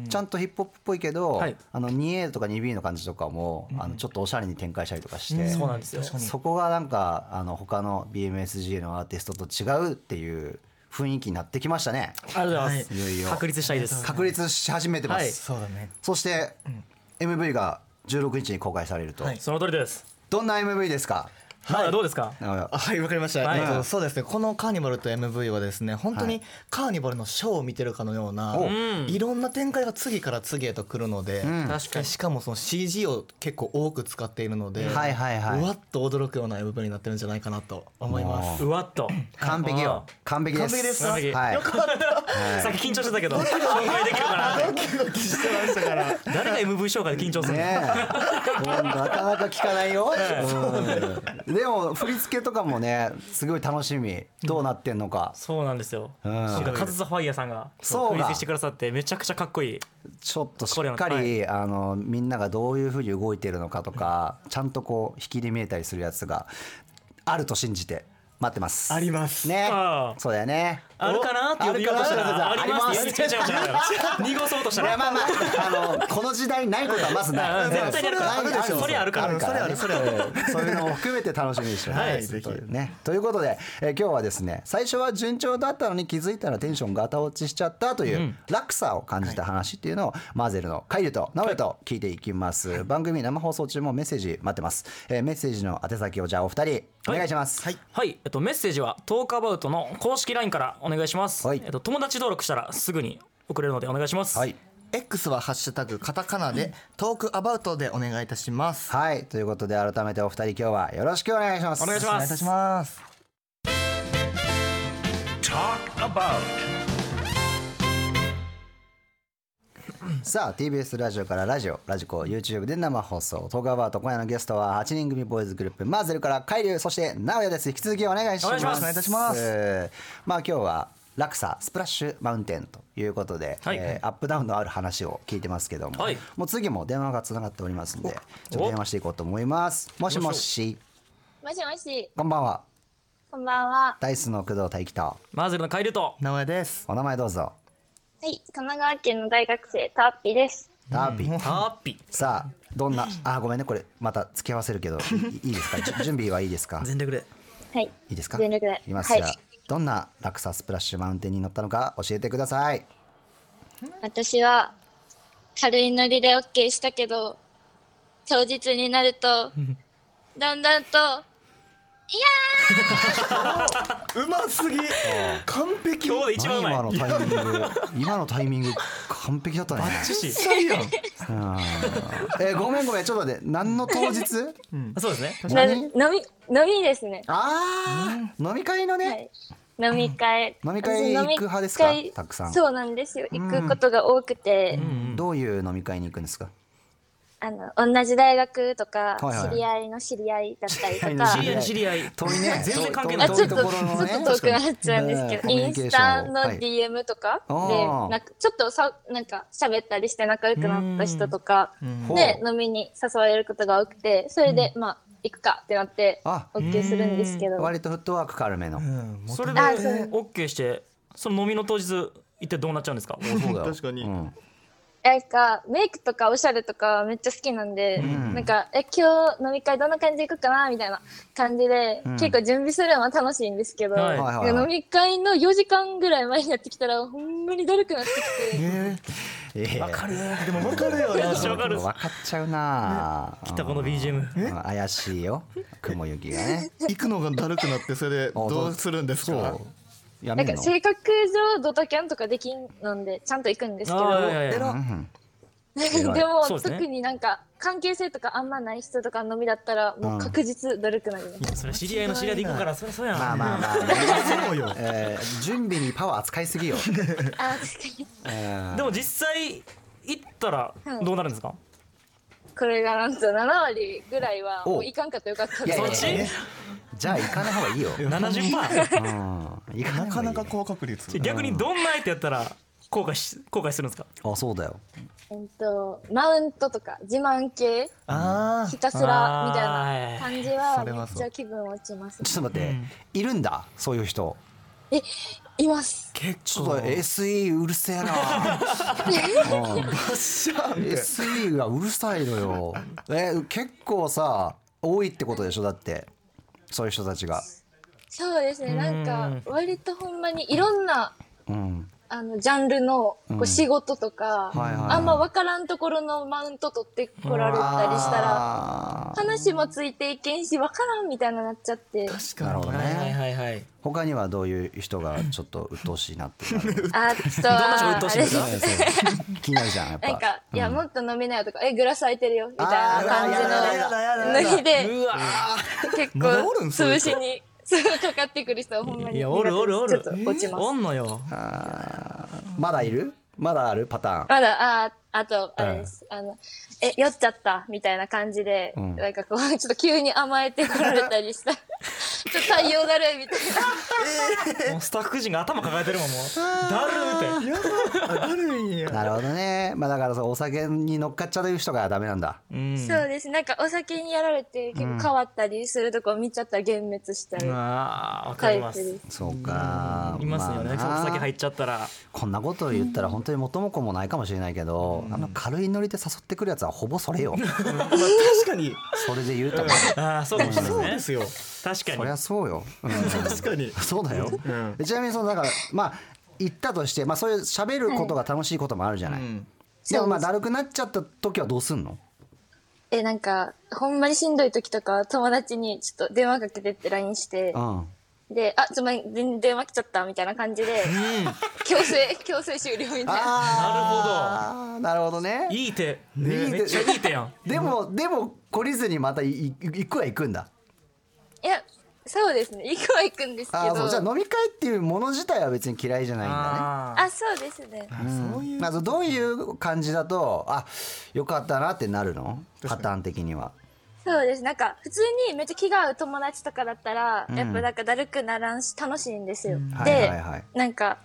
[SPEAKER 2] ちゃんとヒップホップっぽいけど、
[SPEAKER 3] はい
[SPEAKER 2] あの 2A とか 2B の感じとかも、あのちょっとおしゃれに展開したりとかして、
[SPEAKER 3] そうなんですよ
[SPEAKER 2] そこがなんかあの他の BMSG のアーティストと違うっていう雰囲気になってきましたね
[SPEAKER 3] ありがとうございます
[SPEAKER 2] いよいよ
[SPEAKER 3] 確立したいです
[SPEAKER 2] 確立し始めてます、
[SPEAKER 3] はい
[SPEAKER 1] そうだね。
[SPEAKER 2] そして、MV が16日に公開されると、
[SPEAKER 1] はい
[SPEAKER 3] その通りです
[SPEAKER 2] どんな MV ですか
[SPEAKER 3] まだどうですか
[SPEAKER 2] あの
[SPEAKER 1] あはいわかりました、
[SPEAKER 3] はい
[SPEAKER 1] えっとそうですねこの「カーニバル」と MV はですね本当にカーニバルのショーを見てるかのような、
[SPEAKER 2] お
[SPEAKER 1] い、ろんな展開が次から次へと来るので、
[SPEAKER 3] 確か
[SPEAKER 1] で
[SPEAKER 3] に
[SPEAKER 1] しかもその CG を結構多く使っているので、
[SPEAKER 2] はいはいはいう
[SPEAKER 1] わっと驚くような MV になってるんじゃないかなと思います。
[SPEAKER 3] うわっと
[SPEAKER 2] 完璧よ完璧です
[SPEAKER 1] 完璧です
[SPEAKER 3] 完璧
[SPEAKER 2] はい、
[SPEAKER 3] さっき緊張してたけど紹介できるかなって
[SPEAKER 1] ドキドキしてましたから
[SPEAKER 3] 誰が MV 紹介で緊張するの
[SPEAKER 2] ねえなかなか聞かないよ、うんでも振り付けとかもねすごい楽しみどうなってんのか
[SPEAKER 3] そうなんですよ、
[SPEAKER 2] うん
[SPEAKER 3] なんかカズ・ザ・ファイヤーさんが
[SPEAKER 2] そうだ
[SPEAKER 3] 振り付けしてくださってめちゃくちゃかっこいい
[SPEAKER 2] ちょっとし
[SPEAKER 3] これ
[SPEAKER 2] っ
[SPEAKER 3] は
[SPEAKER 2] かり、
[SPEAKER 3] はい
[SPEAKER 2] あのみんながどういうふうに動いてるのかとかちゃんとこう引きで見えたりするやつがあると信じて待ってます
[SPEAKER 1] あります
[SPEAKER 2] ね
[SPEAKER 3] ああ
[SPEAKER 2] そうだよね
[SPEAKER 3] あるかなって言おうとしたら
[SPEAKER 2] あ
[SPEAKER 3] あ
[SPEAKER 2] る
[SPEAKER 3] り
[SPEAKER 2] かな
[SPEAKER 3] ますって言っちゃうじゃん濁そうとし
[SPEAKER 2] い
[SPEAKER 3] た
[SPEAKER 2] や
[SPEAKER 3] ら
[SPEAKER 2] まあ まああのこの時代にないことはまずない
[SPEAKER 3] うん絶対にあるか
[SPEAKER 2] ない
[SPEAKER 3] ら
[SPEAKER 2] ない
[SPEAKER 3] それはあるか
[SPEAKER 2] あ
[SPEAKER 3] ら
[SPEAKER 2] からねうん そういうのも含めて楽しみにしてます
[SPEAKER 1] はいぜひ
[SPEAKER 2] というねということで、えー今日はですね最初は順調だったのに気づいたらテンションがた落ちしちゃったという落差を感じた話っていうのをマーゼルのカイルとナオヤと聞いていきます、番組生放送中もメッセージ待ってます、えーメッセージの宛先をじゃあお二人お願いしますはい、
[SPEAKER 3] はい、えっと、メッセージはトークアバウトの公式 LINE からお願いします、
[SPEAKER 2] はい
[SPEAKER 3] えっと、友達登録したらすぐに送れるのでお願いします、
[SPEAKER 2] はい
[SPEAKER 1] X はハッシュタグカタカナでトークアバウトでお願いいたします。
[SPEAKER 2] ということで改めてお二人今日はよろしくお願いします
[SPEAKER 3] お願いし
[SPEAKER 1] お
[SPEAKER 3] ま
[SPEAKER 1] 願いいたします。
[SPEAKER 2] さあ TBS ラジオからラジオラジコ YouTube で生放送トークアバート今夜のゲストは8人組ボーイズグループマーゼルから海流そして直哉です引き続きお願いします
[SPEAKER 3] お願いしますお願いいたします
[SPEAKER 2] まあ今日は落差スプラッシュマウンテンということで、
[SPEAKER 3] はい
[SPEAKER 2] えーアップダウンのある話を聞いてますけども、
[SPEAKER 3] はい
[SPEAKER 2] もう次も電話がつながっておりますんでちょっと電話していこうと思いますもしもし
[SPEAKER 6] もしもし、
[SPEAKER 2] こんばんは
[SPEAKER 6] こんばんは。
[SPEAKER 2] ダイスの工藤大輝と
[SPEAKER 3] マーゼルのカイルと
[SPEAKER 1] 名前です。
[SPEAKER 2] お名前どうぞ
[SPEAKER 6] はい、神奈川県の大学生タッピーです。
[SPEAKER 2] ダービー、
[SPEAKER 3] タッピ
[SPEAKER 2] さあどんなあごめんねこれまた付き合わせるけどいいい ですかじゅ準備はいいですか
[SPEAKER 3] 全力で
[SPEAKER 6] はい。
[SPEAKER 2] いいですか
[SPEAKER 6] 全力で
[SPEAKER 2] いきます
[SPEAKER 6] はい
[SPEAKER 2] じゃあどんな落差スプラッシュマウンテンに乗ったのか教えてください
[SPEAKER 6] 私は軽いノリで OK したけど、当日になると、だんだんと、
[SPEAKER 1] うますぎ。完璧。
[SPEAKER 3] 今日で一番うまい
[SPEAKER 2] 何今のタイミング今のタイミング完璧だったね
[SPEAKER 3] ジェシー
[SPEAKER 2] うんえーごめんごめんちょっと待って何の当日
[SPEAKER 3] あそうですね
[SPEAKER 6] な
[SPEAKER 2] 何
[SPEAKER 6] 飲み、飲みですね。
[SPEAKER 2] あー飲み会のね、
[SPEAKER 6] はい。飲み会。
[SPEAKER 2] 飲み会
[SPEAKER 6] 私
[SPEAKER 2] 行く派ですか
[SPEAKER 6] 飲み会
[SPEAKER 2] たくさん
[SPEAKER 6] そうなんですよ。行くことが多くて、
[SPEAKER 2] どういう飲み会に行くんですか
[SPEAKER 6] あの、同じ大学とか、
[SPEAKER 2] はいはい
[SPEAKER 6] 知り合いの知り合いだったり
[SPEAKER 2] 知り合い
[SPEAKER 6] と
[SPEAKER 2] の知
[SPEAKER 3] 知、り合い
[SPEAKER 6] か
[SPEAKER 3] の知り合い
[SPEAKER 2] 遠いね
[SPEAKER 3] 全然関係ない
[SPEAKER 6] あ
[SPEAKER 2] 遠
[SPEAKER 6] ちょ
[SPEAKER 2] い
[SPEAKER 6] っ
[SPEAKER 2] と
[SPEAKER 6] と、
[SPEAKER 2] こ
[SPEAKER 6] ち
[SPEAKER 2] ろ
[SPEAKER 6] ょ
[SPEAKER 2] のね
[SPEAKER 6] っと遠くなっちゃうんですけど、
[SPEAKER 2] ね
[SPEAKER 6] インスタの
[SPEAKER 2] コミュニケーション
[SPEAKER 6] DM とかで、
[SPEAKER 2] あー
[SPEAKER 6] なんかちょっとさなんか喋ったりして仲良くなった人とか
[SPEAKER 2] うん
[SPEAKER 6] で飲みに誘われることが多くて、それで、まあ行くかってなって
[SPEAKER 2] あ
[SPEAKER 6] OK するんですけど、
[SPEAKER 2] 割とフットワーク軽めの、
[SPEAKER 3] それで
[SPEAKER 6] あそう
[SPEAKER 3] OK してその飲みの当日一体どうなっちゃうんですか
[SPEAKER 2] そうだよ
[SPEAKER 1] 確かに
[SPEAKER 2] うん
[SPEAKER 6] なんかメイクとかおしゃれとかめっちゃ好きなんで、なんかえ今日飲み会どんな感じで行くかなみたいな感じで、
[SPEAKER 2] ん
[SPEAKER 6] 結構準備するのは楽しいんですけど、
[SPEAKER 3] はい
[SPEAKER 2] はいはいはい
[SPEAKER 6] 飲み会の4時間ぐらい前になってきたらほんまにだるくなってきて。
[SPEAKER 2] わかる
[SPEAKER 1] でもわかるよ
[SPEAKER 3] め
[SPEAKER 1] な。
[SPEAKER 3] っちゃわかる
[SPEAKER 2] 分かっちゃうな
[SPEAKER 3] 来たこの BGM
[SPEAKER 2] うん怪しいよ雲行きがね
[SPEAKER 1] 行くのがだるくなってそれで
[SPEAKER 2] あ
[SPEAKER 1] どうするんですか
[SPEAKER 2] そ。うや
[SPEAKER 6] な
[SPEAKER 2] め
[SPEAKER 6] ん
[SPEAKER 2] ん
[SPEAKER 6] か
[SPEAKER 2] の
[SPEAKER 6] 性格上ドタキャンとかできんのでちゃんと行くんですけど
[SPEAKER 3] ああいやい
[SPEAKER 1] え
[SPEAKER 3] や
[SPEAKER 1] ら
[SPEAKER 2] うん 偉い
[SPEAKER 6] でも
[SPEAKER 3] そうですね
[SPEAKER 6] 特になんか関係性とかあんまない人とかのみだったらもう確実だるくなります、
[SPEAKER 3] それ知り合いの知り合いで行くからそれそうやん
[SPEAKER 2] まあまあまあ、
[SPEAKER 1] そうよ。
[SPEAKER 2] えー準備にパワー使いすぎ よ、
[SPEAKER 6] あー確かに
[SPEAKER 3] でも実際行ったらどうなるんですか、
[SPEAKER 6] これがなんと7割ぐらいは
[SPEAKER 2] お
[SPEAKER 6] もう行かんかとよかった
[SPEAKER 2] いやいや
[SPEAKER 3] そっち
[SPEAKER 2] じゃあ行かない方がいいよ、 うん、
[SPEAKER 3] 70%
[SPEAKER 2] 行か
[SPEAKER 1] な
[SPEAKER 2] ない方が
[SPEAKER 1] か
[SPEAKER 2] い
[SPEAKER 1] ないか高確率。
[SPEAKER 3] 逆にどんな相手やったら後悔し後悔するんですか
[SPEAKER 2] あそうだよ
[SPEAKER 6] えっとマウントとか自慢系
[SPEAKER 1] あ
[SPEAKER 6] ひたすらみたいな感じ
[SPEAKER 1] そ
[SPEAKER 6] は
[SPEAKER 1] れ
[SPEAKER 6] め
[SPEAKER 1] は
[SPEAKER 6] っ
[SPEAKER 1] そう
[SPEAKER 6] ちゃ気分落ちます
[SPEAKER 2] ちょっと待って、いるんだそういう人
[SPEAKER 6] えいます
[SPEAKER 2] ちょっと SE うるせえな うん
[SPEAKER 1] あ。しゃ
[SPEAKER 2] SE がうるさいのよえ結構さ多いってことでしょだってそういう人たちが
[SPEAKER 6] そうですねなんか割とほんまにいろんな
[SPEAKER 2] うん
[SPEAKER 6] あのジャンルのこう仕事とか、
[SPEAKER 2] はいはいはい
[SPEAKER 6] あんま分からんところのマウント取ってこられたりしたら
[SPEAKER 2] あー
[SPEAKER 6] 話もついていけんし分からんみたいななっちゃって
[SPEAKER 1] 確
[SPEAKER 2] なる
[SPEAKER 1] か
[SPEAKER 2] ほ
[SPEAKER 1] に
[SPEAKER 2] どね、
[SPEAKER 3] はいはい
[SPEAKER 2] 他にはどういう人がちょっと鬱陶しいなっていうのあ る
[SPEAKER 6] あちょっとは
[SPEAKER 3] どんな人鬱陶し
[SPEAKER 6] あ
[SPEAKER 3] いん
[SPEAKER 6] れ
[SPEAKER 3] ですか
[SPEAKER 2] 気になるじゃんやっぱ
[SPEAKER 6] なんか、いやもっと飲めないよとかえグラス空いてるよみたい
[SPEAKER 2] あー
[SPEAKER 6] な感じ
[SPEAKER 2] やだや
[SPEAKER 1] だやだ
[SPEAKER 6] の
[SPEAKER 1] やだ
[SPEAKER 6] ノリで
[SPEAKER 3] うわ
[SPEAKER 6] 結構
[SPEAKER 1] まだおるんそういう
[SPEAKER 6] 潰
[SPEAKER 1] 人
[SPEAKER 6] しにそうかかってくる人はほんまに
[SPEAKER 3] いやおるおるおる
[SPEAKER 6] 苦手ですちょっと落ちます
[SPEAKER 3] おんのよ
[SPEAKER 2] まだいるまだあるパターン。
[SPEAKER 6] まだ、あー、あと、あれです。あの、え、酔っちゃった、みたいな感じで、
[SPEAKER 2] ん
[SPEAKER 6] なんかこう、 ちょっと急に甘えてこられたりした。ちょっと対応だるい、みたい
[SPEAKER 3] もうスタッフ陣が頭抱えてるもんもうだるーって
[SPEAKER 1] あるんや
[SPEAKER 2] なるほどね。まあだからそうお酒に乗っかっちゃう人がダメなんだ。
[SPEAKER 3] うん
[SPEAKER 6] な。そうです。なんかお酒にやられて、結構変わったりするとこ見ちゃったら幻滅したり。
[SPEAKER 3] あーわか
[SPEAKER 6] タ
[SPEAKER 3] り
[SPEAKER 6] イ
[SPEAKER 3] ま
[SPEAKER 6] プですす。
[SPEAKER 2] そうか。
[SPEAKER 3] いますよね、
[SPEAKER 2] まあな
[SPEAKER 3] お酒入っちゃったら
[SPEAKER 2] こんなことを言ったら本当に元も子もないかもしれないけど、あの軽いノリで誘ってくるやつはほぼそれよ。
[SPEAKER 1] まあ確かに
[SPEAKER 2] それで言うと、
[SPEAKER 3] ああそうかもしれ
[SPEAKER 1] そう
[SPEAKER 3] ない
[SPEAKER 1] で
[SPEAKER 3] です
[SPEAKER 1] す
[SPEAKER 3] ね
[SPEAKER 1] よ
[SPEAKER 3] 確かに
[SPEAKER 2] そりゃそうよ。うん
[SPEAKER 1] 確かに
[SPEAKER 2] そうだよ。でちなみにそのだからまあ行ったとして、まあそういう喋ることが楽しいこともあるじゃない。でもまあだるくなっちゃった時はどうすんの？
[SPEAKER 6] え、なんか、ほんまにしんどい時とか、友達にちょっと電話かけてって LINE して
[SPEAKER 2] う、ん。
[SPEAKER 6] で、あ、つまり電話来ちゃった、みたいな感じで、強制、強制終了みたいな。
[SPEAKER 3] な
[SPEAKER 2] ああ、なるほどね
[SPEAKER 3] るほど。いい手、
[SPEAKER 2] ね
[SPEAKER 3] めっちゃいい手やん
[SPEAKER 2] でもでも懲りずにまたいい行くは行くんだ。
[SPEAKER 6] いや、そうですね。行くは行くんですけ
[SPEAKER 2] ああ、そうじゃあ
[SPEAKER 6] ど。
[SPEAKER 2] 飲み会っていうもの自体は別に嫌いじゃないんだ
[SPEAKER 3] あー
[SPEAKER 6] あ、そうですね。
[SPEAKER 2] ね。まずどういう感じだとあよかったなってなるの？パターン的には。
[SPEAKER 6] そうです。なんか、普通にめっちゃ気が合う友達とかだったら、やっぱなんかだるくならんし、楽しいんですよ。
[SPEAKER 2] はいはい
[SPEAKER 6] で、
[SPEAKER 2] はい。
[SPEAKER 6] なんか、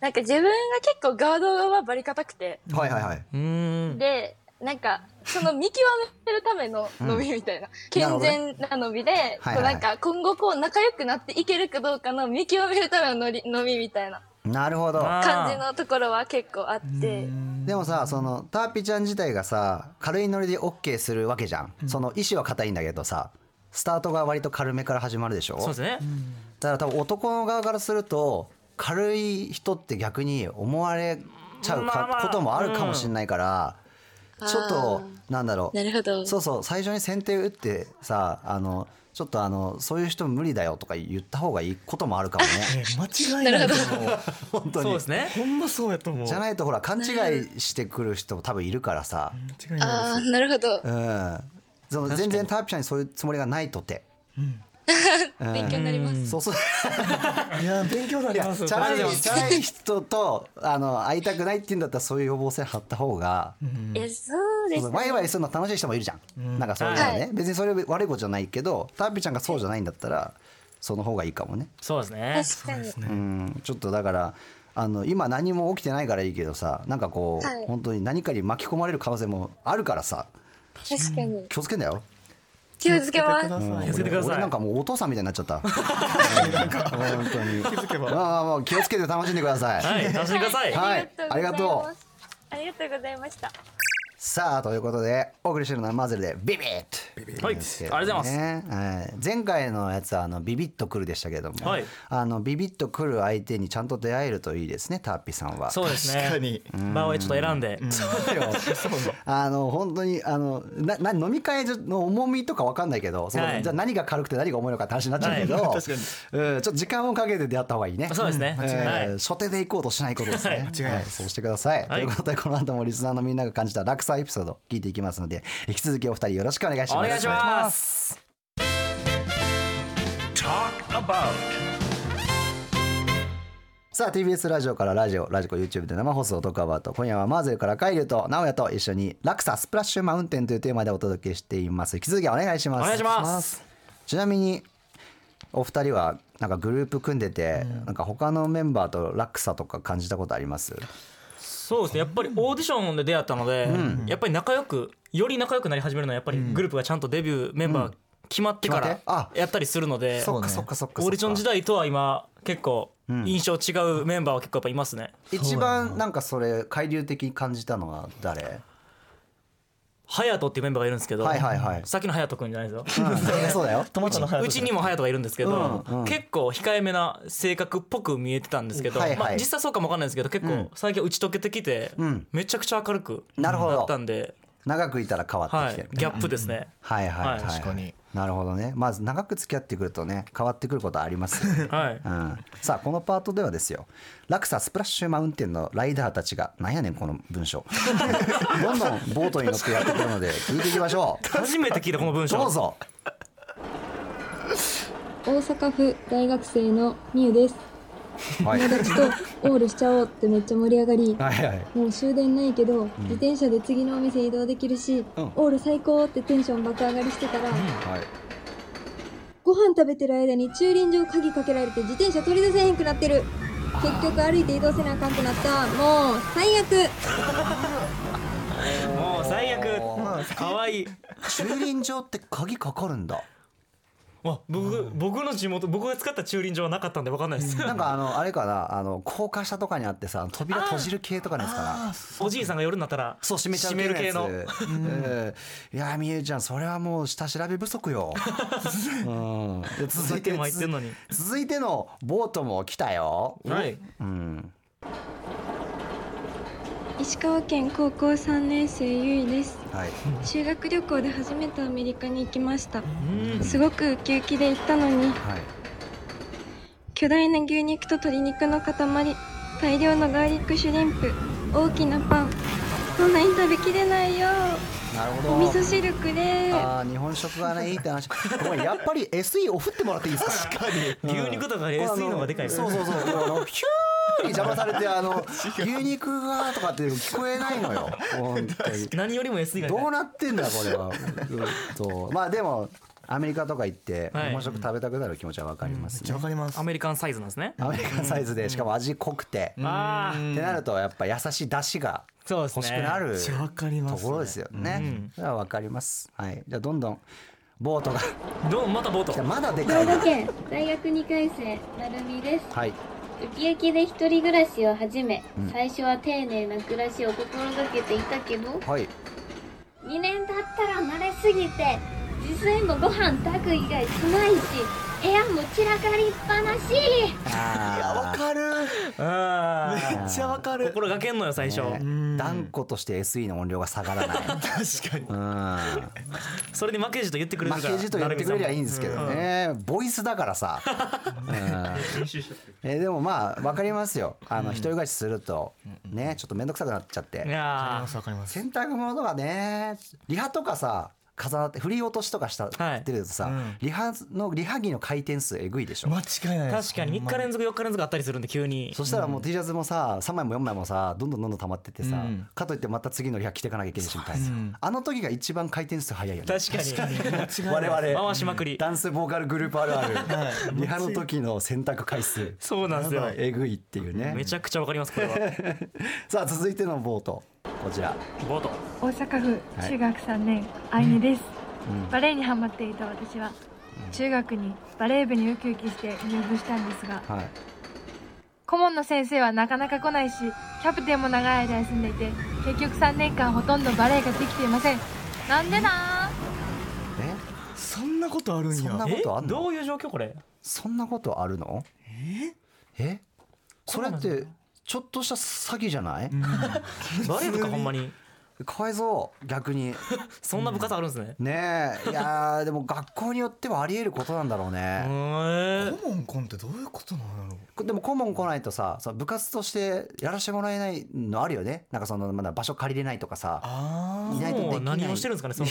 [SPEAKER 6] なんか自分が結構ガードがバリ硬くて、
[SPEAKER 2] はいはいはい。
[SPEAKER 3] うーん
[SPEAKER 6] で、なんか、その見極めるための伸びみたいな、健全な伸びで、
[SPEAKER 2] はいはい
[SPEAKER 6] こうなんか今後こう仲良くなっていけるかどうかの見極めるための伸び伸びみたいな
[SPEAKER 2] なるほど。
[SPEAKER 3] あー
[SPEAKER 6] 感じのところは結構あって、
[SPEAKER 2] でもさそのターピちゃん自体がさ軽いノリで OK するわけじゃん、その意志は硬いんだけどさスタートが割と軽めから始まるでしょ
[SPEAKER 3] そうですね、
[SPEAKER 2] だから多分男の側からすると軽い人って逆に思われちゃうか、
[SPEAKER 3] まあまあ
[SPEAKER 2] こともあるかもしれないから、ちょっと
[SPEAKER 6] あー
[SPEAKER 2] なんだろう
[SPEAKER 6] なるほど。
[SPEAKER 2] そうそう最初に先手打ってさあのちょっとあのそういう人無理だよとか言った方がいいこともあるかも ね
[SPEAKER 1] 間違いないと思う
[SPEAKER 2] 本当
[SPEAKER 3] そう
[SPEAKER 2] に
[SPEAKER 3] ですね
[SPEAKER 1] ほんまそうやと思う
[SPEAKER 2] じゃないとほら勘違いしてくる人も多分いるからさ、
[SPEAKER 1] 間違いない
[SPEAKER 6] ああ、なるほど
[SPEAKER 2] う。んその全然ターピちゃんにそういうつもりがないとて、
[SPEAKER 6] 勉強になります。
[SPEAKER 2] そうそう
[SPEAKER 1] いや勉強にないり
[SPEAKER 2] や
[SPEAKER 1] ま
[SPEAKER 2] チ
[SPEAKER 1] す
[SPEAKER 2] ャラいチャラい人とあの会いたくないって言うんだったらそういう予防線張った方が、
[SPEAKER 6] いや、そうです
[SPEAKER 2] そうワイワイするの楽しい人もいるじゃん、なんかそういうのね、
[SPEAKER 6] はい
[SPEAKER 2] 別にそれ悪いことじゃないけどターピちゃんがそうじゃないんだったらその方がいいかもね、
[SPEAKER 3] そうですね
[SPEAKER 6] 確かに。
[SPEAKER 2] うん、ちょっとだからあの今何も起きてないからいいけどさなんかこう、
[SPEAKER 6] はい
[SPEAKER 2] 本当に何かに巻き込まれる可能性もあるからさ
[SPEAKER 6] 確かに。
[SPEAKER 2] 気をつけんだよ
[SPEAKER 6] 気をつけます。
[SPEAKER 3] 気をつけてくださ
[SPEAKER 2] 俺
[SPEAKER 3] い
[SPEAKER 2] なんかもうお父さんみたいになっちゃ った。なんか本当に。まあまあまあ気をつけて楽しんでください。
[SPEAKER 3] はい楽しんでください、
[SPEAKER 2] はい
[SPEAKER 6] ありがとうござ
[SPEAKER 2] は
[SPEAKER 6] いま
[SPEAKER 2] い
[SPEAKER 6] す。ありがとうございました。
[SPEAKER 2] さあということでお送りしてるのはマゼルでビビッということですけどね。
[SPEAKER 3] はいありがとうござ
[SPEAKER 2] はい前回のやつはあのビビッとくるでしたけども、
[SPEAKER 3] はい
[SPEAKER 2] あのビビッとくる相手にちゃんと出会えるといいですねタッピさんは。
[SPEAKER 3] そうですね
[SPEAKER 1] 確かに
[SPEAKER 3] 場合ちょっと選んで、
[SPEAKER 2] あの本当にあのなな飲み会の重みとかわかんないけど、その
[SPEAKER 3] はい
[SPEAKER 2] じゃあ何が軽くて何が重いのかって話になっちゃうけ ど、
[SPEAKER 1] はい確かに
[SPEAKER 2] うんちょっと時間をかけて出会った方がいいね。
[SPEAKER 3] そうですね
[SPEAKER 2] んえー
[SPEAKER 3] はい
[SPEAKER 2] 初手で行こうとしないことですね。
[SPEAKER 1] いない
[SPEAKER 2] はいそうしてください。
[SPEAKER 3] は
[SPEAKER 2] と
[SPEAKER 3] い
[SPEAKER 2] いうことでこの後もリスナーのみんなが感じた落差エピソード聞いていきますので、引き続きお二人よろしくお願いします。
[SPEAKER 3] お願いします。
[SPEAKER 2] さあ TBS ラジオからラジオラジコ YouTube で生放送トークアバート今夜はマーゼルから海流と直哉と一緒に落差スプラッシュマウンテンというテーマでお届けしています引き続きお願いします
[SPEAKER 3] お願いします
[SPEAKER 2] ちなみにお二人はなんかグループ組んでて、なんか他のメンバーと落差とか感じたことあります
[SPEAKER 3] そうですねやっぱりオーディションで出会ったので、やっぱり仲良くより仲良くなり始めるのはやっぱりグループがちゃんとデビューメンバー決まってか
[SPEAKER 2] 決まっ
[SPEAKER 3] ら
[SPEAKER 2] てあ
[SPEAKER 3] やったりするので、
[SPEAKER 2] そっかそっかそっかそっか
[SPEAKER 3] オーディション時代とは今結構印象違うメンバーは結構やっぱいますね
[SPEAKER 2] 一番なんかそれ海流的に感じたのは誰
[SPEAKER 3] 隼人っていうメンバーがいるんですけど、
[SPEAKER 2] はいはいはい
[SPEAKER 3] さっきの隼人君じゃないですよ、
[SPEAKER 2] そうだよ
[SPEAKER 1] 友達の
[SPEAKER 3] うちにも隼人がいるんですけど、
[SPEAKER 2] うんうん
[SPEAKER 3] 結構控えめな性格っぽく見えてたんですけど、
[SPEAKER 2] はいはい
[SPEAKER 3] まあ、実際そうかもわかんないですけど結構最近は打ち解けてきて、
[SPEAKER 2] ん
[SPEAKER 3] めちゃくちゃ明るく
[SPEAKER 2] なるほど
[SPEAKER 3] なったんで、
[SPEAKER 2] 長くいたら変わ
[SPEAKER 3] は
[SPEAKER 2] ってきて
[SPEAKER 3] い
[SPEAKER 2] る、、
[SPEAKER 3] ギャップですね。
[SPEAKER 2] はいはいはい、
[SPEAKER 3] はい確
[SPEAKER 1] かに
[SPEAKER 2] なるほどねまず長く付き合ってくるとね変わってくることはあります よね
[SPEAKER 3] はい、
[SPEAKER 2] うん、さあこのパートではですよ落差スプラッシュマウンテンのライダーたちがなんやねんこの文章どんどんボートに乗ってやってくるので聞いていきましょ
[SPEAKER 3] 初めて聞いたこの文
[SPEAKER 2] う
[SPEAKER 3] 章
[SPEAKER 2] どうぞ
[SPEAKER 7] 大阪府大学生のみゆです
[SPEAKER 2] はい
[SPEAKER 7] 友達とオールしちゃおうってめっちゃ盛り上がり、
[SPEAKER 2] はいはい
[SPEAKER 7] もう終電ないけど、自転車で次のお店移動できるし、
[SPEAKER 2] うん
[SPEAKER 7] オール最高ってテンション爆上がりしてたら、
[SPEAKER 2] はい
[SPEAKER 7] ご飯食べてる間に駐輪場鍵かけられて自転車取り出せへんくなってる結局歩いて移動せなあかんくなったもう最悪
[SPEAKER 3] もう最悪かわいい
[SPEAKER 2] 駐輪場って鍵かかるんだ
[SPEAKER 3] わ僕僕の地元僕が使った駐輪場はなかったんで分かんないです
[SPEAKER 2] なんかあのあれかなあの高架下とかにあってさ扉閉じる系とかのやつかな
[SPEAKER 3] おじいさんが夜になったら
[SPEAKER 2] そう閉めちゃう
[SPEAKER 3] 閉める系の
[SPEAKER 2] やつうんいやーみゆちゃんそれはもう下調べ不足よ、 うん、で続
[SPEAKER 3] 続
[SPEAKER 2] い
[SPEAKER 3] いて
[SPEAKER 2] て
[SPEAKER 3] も入ってんのに
[SPEAKER 2] 続いてのボートも来たよ、
[SPEAKER 3] はい
[SPEAKER 2] うん、
[SPEAKER 7] 石川県高校3年生ゆいです
[SPEAKER 2] はい
[SPEAKER 7] 修学旅行で初めてアメリカに行きました
[SPEAKER 3] うん
[SPEAKER 7] すごくウキウキで行ったのに
[SPEAKER 2] はい
[SPEAKER 7] 巨大な牛肉と鶏肉の塊大量のガーリックシュリンプ大きなパンそんなに食べきれないよ
[SPEAKER 2] なる
[SPEAKER 7] お
[SPEAKER 2] ほ
[SPEAKER 7] 味
[SPEAKER 2] ど
[SPEAKER 7] 噌汁くれー
[SPEAKER 2] あー日本食がねいいって話ごめんやっぱり SE を振ってもらっていいですか確かに
[SPEAKER 3] 牛肉とか SE の方がでかい
[SPEAKER 2] そうそうそうあのヒューに邪魔されてあ の牛肉がとかって聞こえないのよ本当に
[SPEAKER 3] 何よりも SE がで
[SPEAKER 2] ど
[SPEAKER 3] か
[SPEAKER 2] うなってんだこれ は。そうまあでもアメリカとか行って
[SPEAKER 3] はい
[SPEAKER 2] 日本食食べたくなる気持ちはわかりますね
[SPEAKER 1] わ。かります
[SPEAKER 3] いアメリカンサイズなんですね
[SPEAKER 2] アメリカンサイズでしかも味濃くて。っ
[SPEAKER 3] ああ
[SPEAKER 2] てなるとやっぱ優しい出汁が
[SPEAKER 3] そうですね
[SPEAKER 2] 欲しくなる
[SPEAKER 1] わかり
[SPEAKER 2] と
[SPEAKER 1] ます、
[SPEAKER 2] ころですよね。それはわかります。はい。じゃあどんどんボートが
[SPEAKER 3] どうまたボート
[SPEAKER 2] じゃあまだでか
[SPEAKER 8] 兵
[SPEAKER 2] いな
[SPEAKER 8] 庫。県大学2回生なるみです
[SPEAKER 2] はい。
[SPEAKER 8] ウキウキで一人暮らしを始め、最初は丁寧な暮らしを心がけていたけど
[SPEAKER 2] はい。
[SPEAKER 8] 2年経ったら慣れすぎて自炊もご飯炊く以外しないし部屋も散らかりっぱなし
[SPEAKER 2] あ
[SPEAKER 1] わかる
[SPEAKER 3] あー
[SPEAKER 1] めっちゃわかる
[SPEAKER 3] 心がけんのよ最初
[SPEAKER 2] あ。ね断固として SE の音量が下がらない。
[SPEAKER 1] 確かに
[SPEAKER 2] うん。
[SPEAKER 3] それに負けじと言ってくれる
[SPEAKER 2] 負
[SPEAKER 3] から
[SPEAKER 2] けじと言ってくれりゃいいんですけど
[SPEAKER 3] うん
[SPEAKER 2] ね、ボイスだからさ、うんえでもまあ分かりますよあの一人暮らしするとねちょっと面倒くさくなっちゃっ
[SPEAKER 3] い
[SPEAKER 2] て
[SPEAKER 3] やー
[SPEAKER 1] わかります
[SPEAKER 2] 洗濯物とかねリハとかさ重なって振り落としとかした
[SPEAKER 3] はい
[SPEAKER 2] ってるとさ、
[SPEAKER 1] うん
[SPEAKER 2] リハのリハ着の回転数えぐいでしょ、
[SPEAKER 1] 間違いないです
[SPEAKER 3] 確かに3日連続4日連続あったりするんで急に
[SPEAKER 2] そしたらもう T シャツもさ3枚も4枚もさどんどんどんどん溜まってってさ、
[SPEAKER 1] うん
[SPEAKER 2] かといってまた次のリハ着てかなきゃいけないしみたいな、
[SPEAKER 1] うん
[SPEAKER 2] あの時が一番回転数早いよね
[SPEAKER 3] 確かに
[SPEAKER 2] 我々
[SPEAKER 3] 回しまくり
[SPEAKER 2] ダンスボーカルグループある ある、リハの時の選択回数
[SPEAKER 3] そうなんですよ
[SPEAKER 2] えぐいっていうね
[SPEAKER 3] めちゃくちゃわかりますこれは
[SPEAKER 2] さあ続いてのボートこちら
[SPEAKER 3] ボート
[SPEAKER 9] 大阪府
[SPEAKER 2] はい
[SPEAKER 9] 中学3年、あいねです、
[SPEAKER 2] うん
[SPEAKER 9] バレエにハマっていた私は中学にバレエ部にウキウキして入部したんですが
[SPEAKER 2] はい
[SPEAKER 9] 顧問の先生はなかなか来ないしキャプテンも長い間休んでいて結局3年間ほとんどバレエができていませんなんでなん
[SPEAKER 1] そんなことある
[SPEAKER 2] え
[SPEAKER 1] ん
[SPEAKER 2] そんな
[SPEAKER 1] や
[SPEAKER 2] ことあん
[SPEAKER 3] えど
[SPEAKER 2] の
[SPEAKER 3] ういう状況これ
[SPEAKER 2] そんなことあるのええそれってちょっとした詐欺じゃない、
[SPEAKER 3] バレー部かほんまに
[SPEAKER 2] かわいそう逆に
[SPEAKER 3] そんな部活あるんですね
[SPEAKER 2] ねえいやーでも学校によってはありえることなんだろう
[SPEAKER 3] う
[SPEAKER 2] ね、
[SPEAKER 3] ーん
[SPEAKER 1] 顧問コンってどういうことなの
[SPEAKER 2] でも顧問来ないとさその部活としてやらせてもらえないのあるよねなんかそのまだ場所借りれないとかさ
[SPEAKER 1] あ
[SPEAKER 2] いないとでき
[SPEAKER 3] も
[SPEAKER 2] な
[SPEAKER 3] う
[SPEAKER 2] い
[SPEAKER 3] 何をしてるんですかねその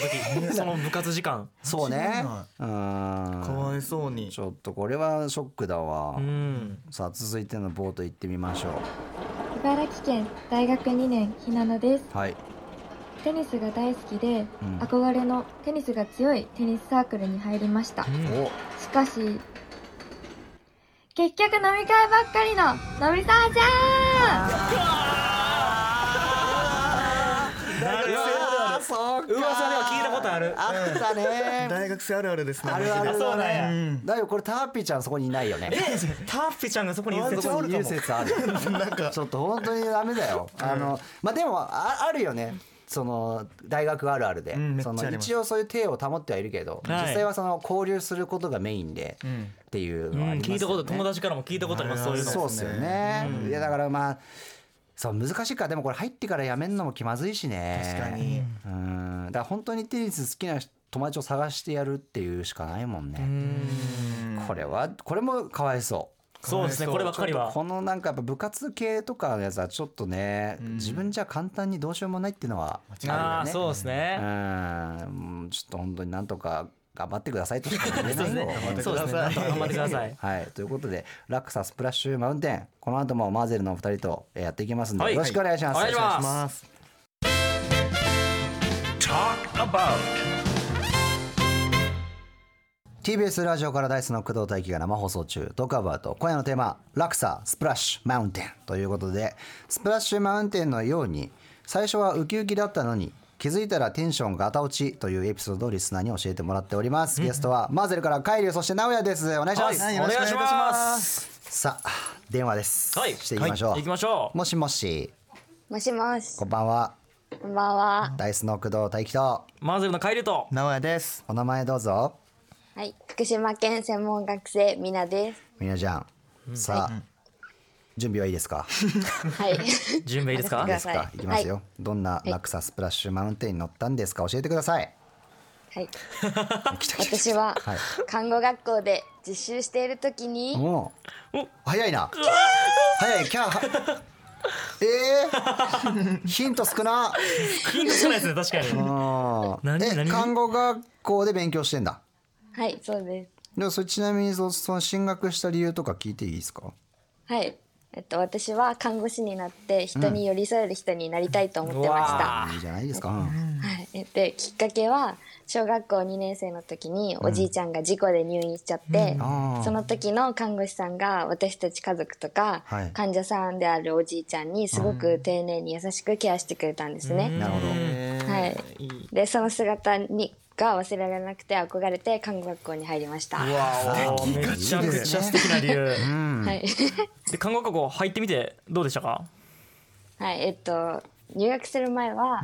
[SPEAKER 3] 時その部活時間
[SPEAKER 2] そうね
[SPEAKER 1] 間
[SPEAKER 2] う
[SPEAKER 1] あかわ
[SPEAKER 2] ん
[SPEAKER 1] いそうに
[SPEAKER 2] ちょっとこれはショックだわ、
[SPEAKER 3] うん
[SPEAKER 2] さあ続いてのボート行ってみましょ
[SPEAKER 7] 茨城県大学2年ひなのです
[SPEAKER 2] うはい、
[SPEAKER 7] テニスが大好きで
[SPEAKER 2] うん
[SPEAKER 7] 憧れのテニスが強いテニスサークルに入りました
[SPEAKER 3] うん
[SPEAKER 7] しかし結局飲み会ばっかりの飲みサーじゃ
[SPEAKER 3] なるほど
[SPEAKER 2] そう
[SPEAKER 3] 噂では聞いたことある
[SPEAKER 2] あったね
[SPEAKER 1] 大学生あるあるですね
[SPEAKER 2] あるある
[SPEAKER 3] そうなん
[SPEAKER 2] だ
[SPEAKER 3] や
[SPEAKER 2] ねだよこれターピーちゃんそこにいないよね
[SPEAKER 3] タッフィちゃんがそこにいる
[SPEAKER 2] そこにいる
[SPEAKER 3] 説
[SPEAKER 2] 説あるちょっと本当にダメだよあのまあでもああるよねその大学あるあるで、
[SPEAKER 1] んめっちゃ
[SPEAKER 2] そ
[SPEAKER 1] あ
[SPEAKER 2] の
[SPEAKER 1] ります
[SPEAKER 2] 一応そういう体を保ってはいるけど、
[SPEAKER 3] はい
[SPEAKER 2] 実際はその交流することがメインで、っていうのはありますよね、
[SPEAKER 3] 聞いたこと友達からも聞いたことありますそういうの
[SPEAKER 2] そうっすよね、いやだからまあそう難しいからでもこれ入ってからやめるのも気まずいしね
[SPEAKER 1] 確かに
[SPEAKER 2] うんだから本当にテニス好きな人友達を探してやるっていうしかないもんねこれはこれもかわいそう
[SPEAKER 3] そうですねこればっかりは
[SPEAKER 2] このなんかやっぱ部活系とかのやつはちょっとね、自分じゃ簡単にどうしようもないっていうのはあるよね
[SPEAKER 3] ああーそうですね
[SPEAKER 2] うんちょっと本当になんとか頑張ってくださいとしか言えないよ
[SPEAKER 3] そうですね。なんとか頑張ってください。
[SPEAKER 2] はい、ということで、ラクサスプラッシュマウンテン、この後もマーゼルのお二人とえーやっていきますので、
[SPEAKER 3] はい
[SPEAKER 2] よろしくお願いします。
[SPEAKER 3] お願いします。
[SPEAKER 2] TBS ラジオからダイスの工藤大輝が生放送中、トークアバウト、今夜のテーマ、ラクサスプラッシュマウンテンということで、スプラッシュマウンテンのように、最初はウキウキだったのに、気づいたらテンションがガタ落ちというエピソードをリスナーに教えてもらっております。ゲストはマーゼルからカイリュウ、そしてナウヤです。お願いします。
[SPEAKER 3] はい、お願いします。
[SPEAKER 2] さあ、電話です。
[SPEAKER 3] はい
[SPEAKER 2] していきましょう。
[SPEAKER 3] 行きましょう。
[SPEAKER 2] もしもし、
[SPEAKER 10] もしもし、
[SPEAKER 2] こんばんは。
[SPEAKER 10] こんばんは。
[SPEAKER 2] ダイスの工藤大輝と、
[SPEAKER 3] マーゼルの帰りと。
[SPEAKER 1] 名古屋です
[SPEAKER 2] お名前どうぞ。
[SPEAKER 10] はい、福島県専門学生みなで
[SPEAKER 2] みなちゃん。さあ、準備はいいですか
[SPEAKER 10] す。はい、
[SPEAKER 3] 準備いいですか
[SPEAKER 10] 任せてくだ
[SPEAKER 2] です
[SPEAKER 10] さい
[SPEAKER 2] か。いきますよ。
[SPEAKER 10] は
[SPEAKER 2] どんなラクサスプラッシュマウンテンに乗ったんですか教えてください。
[SPEAKER 10] はい。 私は
[SPEAKER 2] はい
[SPEAKER 10] 看護学校で実習しているときに、
[SPEAKER 2] もう
[SPEAKER 3] お
[SPEAKER 2] 早いな。早いキャー。えー、 ヒント少な。
[SPEAKER 3] ヒントじゃないですね、確か
[SPEAKER 2] う
[SPEAKER 3] に。
[SPEAKER 2] ん。
[SPEAKER 3] 何
[SPEAKER 2] え、
[SPEAKER 3] 何
[SPEAKER 2] 看護学校で勉強してんだ。
[SPEAKER 10] はい、そうです。
[SPEAKER 2] でもそれちなみにそその進学した理由とか聞いていいですか。
[SPEAKER 10] はい。えっと、私は看護師になって人に寄り添える人になりたいと思ってまし
[SPEAKER 3] う
[SPEAKER 10] た
[SPEAKER 3] わ。
[SPEAKER 2] いいじゃないですか。うん
[SPEAKER 10] はい、できっかけは小学校2年生の時におじいちゃんが事故で入院しちゃって、
[SPEAKER 2] あー
[SPEAKER 10] その時の看護師さんが私たち家族とか、
[SPEAKER 2] はい
[SPEAKER 10] 患者さんであるおじいちゃんにすごく丁寧に優しくケアしてくれたんですね。
[SPEAKER 2] なるほど。
[SPEAKER 10] はい、でその姿にが忘れられなくて憧れて看護学校に入りました。
[SPEAKER 3] う
[SPEAKER 10] は
[SPEAKER 3] わお、めちゃくちゃ素敵な理由。
[SPEAKER 10] い、
[SPEAKER 3] で、看護学校入ってみて、どうでしたか。
[SPEAKER 10] はい、えっと入学する前は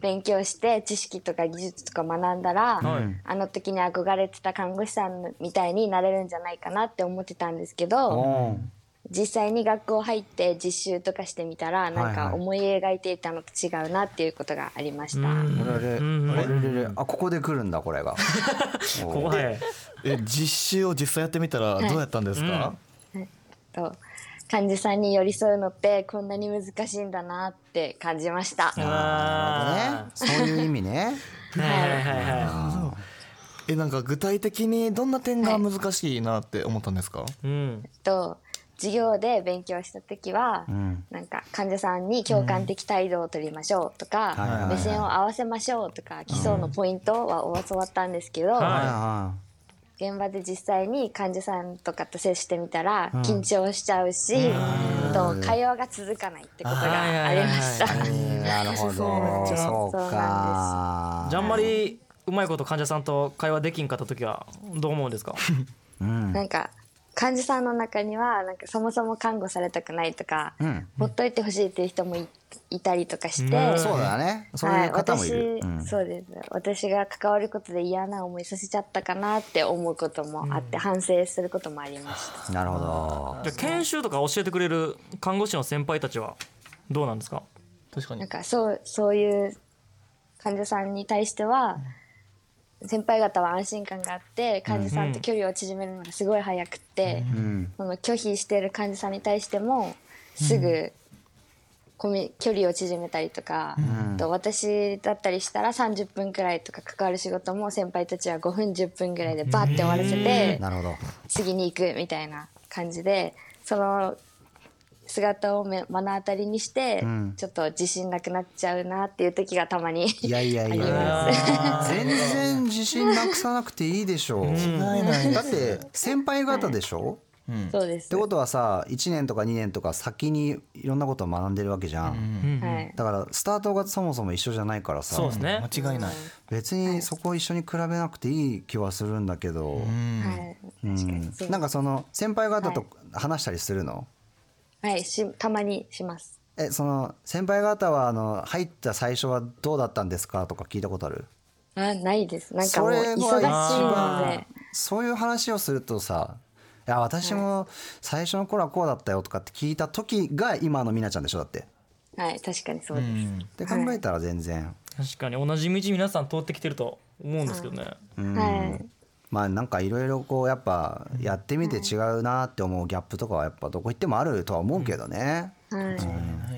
[SPEAKER 10] 勉強して知識とか技術とか学んだら、
[SPEAKER 3] はい
[SPEAKER 10] あの時に憧れてた看護師さんみたいになれるんじゃないかなって思ってたんですけど
[SPEAKER 2] うん
[SPEAKER 10] 実際に学校入って実習とかしてみたらなん
[SPEAKER 2] はいは
[SPEAKER 10] か
[SPEAKER 2] い
[SPEAKER 10] 思い描いていたのと違うなっていうことがありました。
[SPEAKER 2] あれあれあれれれあここで来るんだこれ が。
[SPEAKER 3] ここはい。
[SPEAKER 1] え実習を実際やってみたらどうやったんですか、
[SPEAKER 10] と患者さんに寄り添うのってこんなに難しいんだなって感じました。
[SPEAKER 2] なるほどね。そういう意味ね。
[SPEAKER 3] はいはいはいは
[SPEAKER 1] えなんか具体的にどんな点が難しいなって思ったんですか、
[SPEAKER 3] い。うん。
[SPEAKER 10] と授業で勉強した時は、
[SPEAKER 2] ん
[SPEAKER 10] なんか患者さんに共感的態度を取りましょうと
[SPEAKER 2] は
[SPEAKER 10] か、
[SPEAKER 2] いはいはい
[SPEAKER 10] 目線を合わせましょうとか基礎のポイントは教わったんですけど、
[SPEAKER 2] はい
[SPEAKER 3] は
[SPEAKER 2] は
[SPEAKER 10] 現場で実際に患者さんとかと接してみたら緊張しちゃうし、と会話が続かないってことがありました。
[SPEAKER 2] い。なるほど。そう
[SPEAKER 10] そ
[SPEAKER 2] か
[SPEAKER 10] うな。
[SPEAKER 3] じゃあ、あんまり。うまいこと患者さんと会話できんかった時はどう思うんですか。
[SPEAKER 10] なんか患者さんの中にはなんかそもそも看護されたくないとか、
[SPEAKER 2] ん
[SPEAKER 10] ほっといてほしいっていう人もいいたりとかして、
[SPEAKER 3] うん
[SPEAKER 2] そうだね。そういう方もいる。う
[SPEAKER 10] はい、私、
[SPEAKER 2] ん
[SPEAKER 10] そうです私が関わることで嫌な思いさせちゃったかなって思うこともあって、反省することもありました
[SPEAKER 2] なるほど。
[SPEAKER 3] じゃあ研修とか教えてくれる看護師の先輩たちはどうなんですか。
[SPEAKER 1] 確かに
[SPEAKER 10] なんかそうそういう患者さんに対しては、先輩方は安心感があって患者さんと距離を縮めるのがすごい早くって、
[SPEAKER 2] うん。
[SPEAKER 10] その拒否している患者さんに対してもすぐコミュ、距離を縮めたりとか、あと私だったりしたら30分くらいとか関わる仕事も先輩たちは5分10分くらいでバーって終わらせて
[SPEAKER 2] なるほど。
[SPEAKER 10] 次に行くみたいな感じでその姿を目目の当たりにして、
[SPEAKER 2] ん
[SPEAKER 10] ちょっと自信なくなっちゃうなっていう時がたまに
[SPEAKER 2] いやいやいや。全然自信なくさなくていいでしょう。だって先輩方でしょ。
[SPEAKER 10] そうです
[SPEAKER 2] ってことはさ、一年とか二年とか先にいろんなことを学んでるわけじゃん。
[SPEAKER 10] はい、
[SPEAKER 2] だからスタートがそもそも一緒じゃないからさ。
[SPEAKER 3] そうですね。
[SPEAKER 1] 間違いない、
[SPEAKER 2] 別にそこを一緒に比べなくていい気はするんだけど。
[SPEAKER 10] はい、
[SPEAKER 2] うん
[SPEAKER 10] 確かにそう
[SPEAKER 2] なんかその先輩方と話したりするの、
[SPEAKER 10] はいしたまにします
[SPEAKER 2] えその先輩方はあの入った最初はどうだったんですかとか聞いたことある
[SPEAKER 10] あないですなんかも
[SPEAKER 2] そ
[SPEAKER 10] う
[SPEAKER 2] れ
[SPEAKER 10] 忙しい
[SPEAKER 2] も
[SPEAKER 10] ので
[SPEAKER 2] 一番そういう話をするとさいや私も最初の頃はこうだったよとかって聞いた時が今のみなちゃんでしょだって
[SPEAKER 10] はい、確かにそうです。
[SPEAKER 2] で考えたら全然、
[SPEAKER 3] 確かに同じ道皆さん通ってきてると思うんですけどね。
[SPEAKER 10] はい、
[SPEAKER 2] まあなんかいろいろこうやっぱやってみて違うなって思うギャップとかはやっぱどこ行ってもあるとは思うけどね、
[SPEAKER 10] はい、
[SPEAKER 1] ない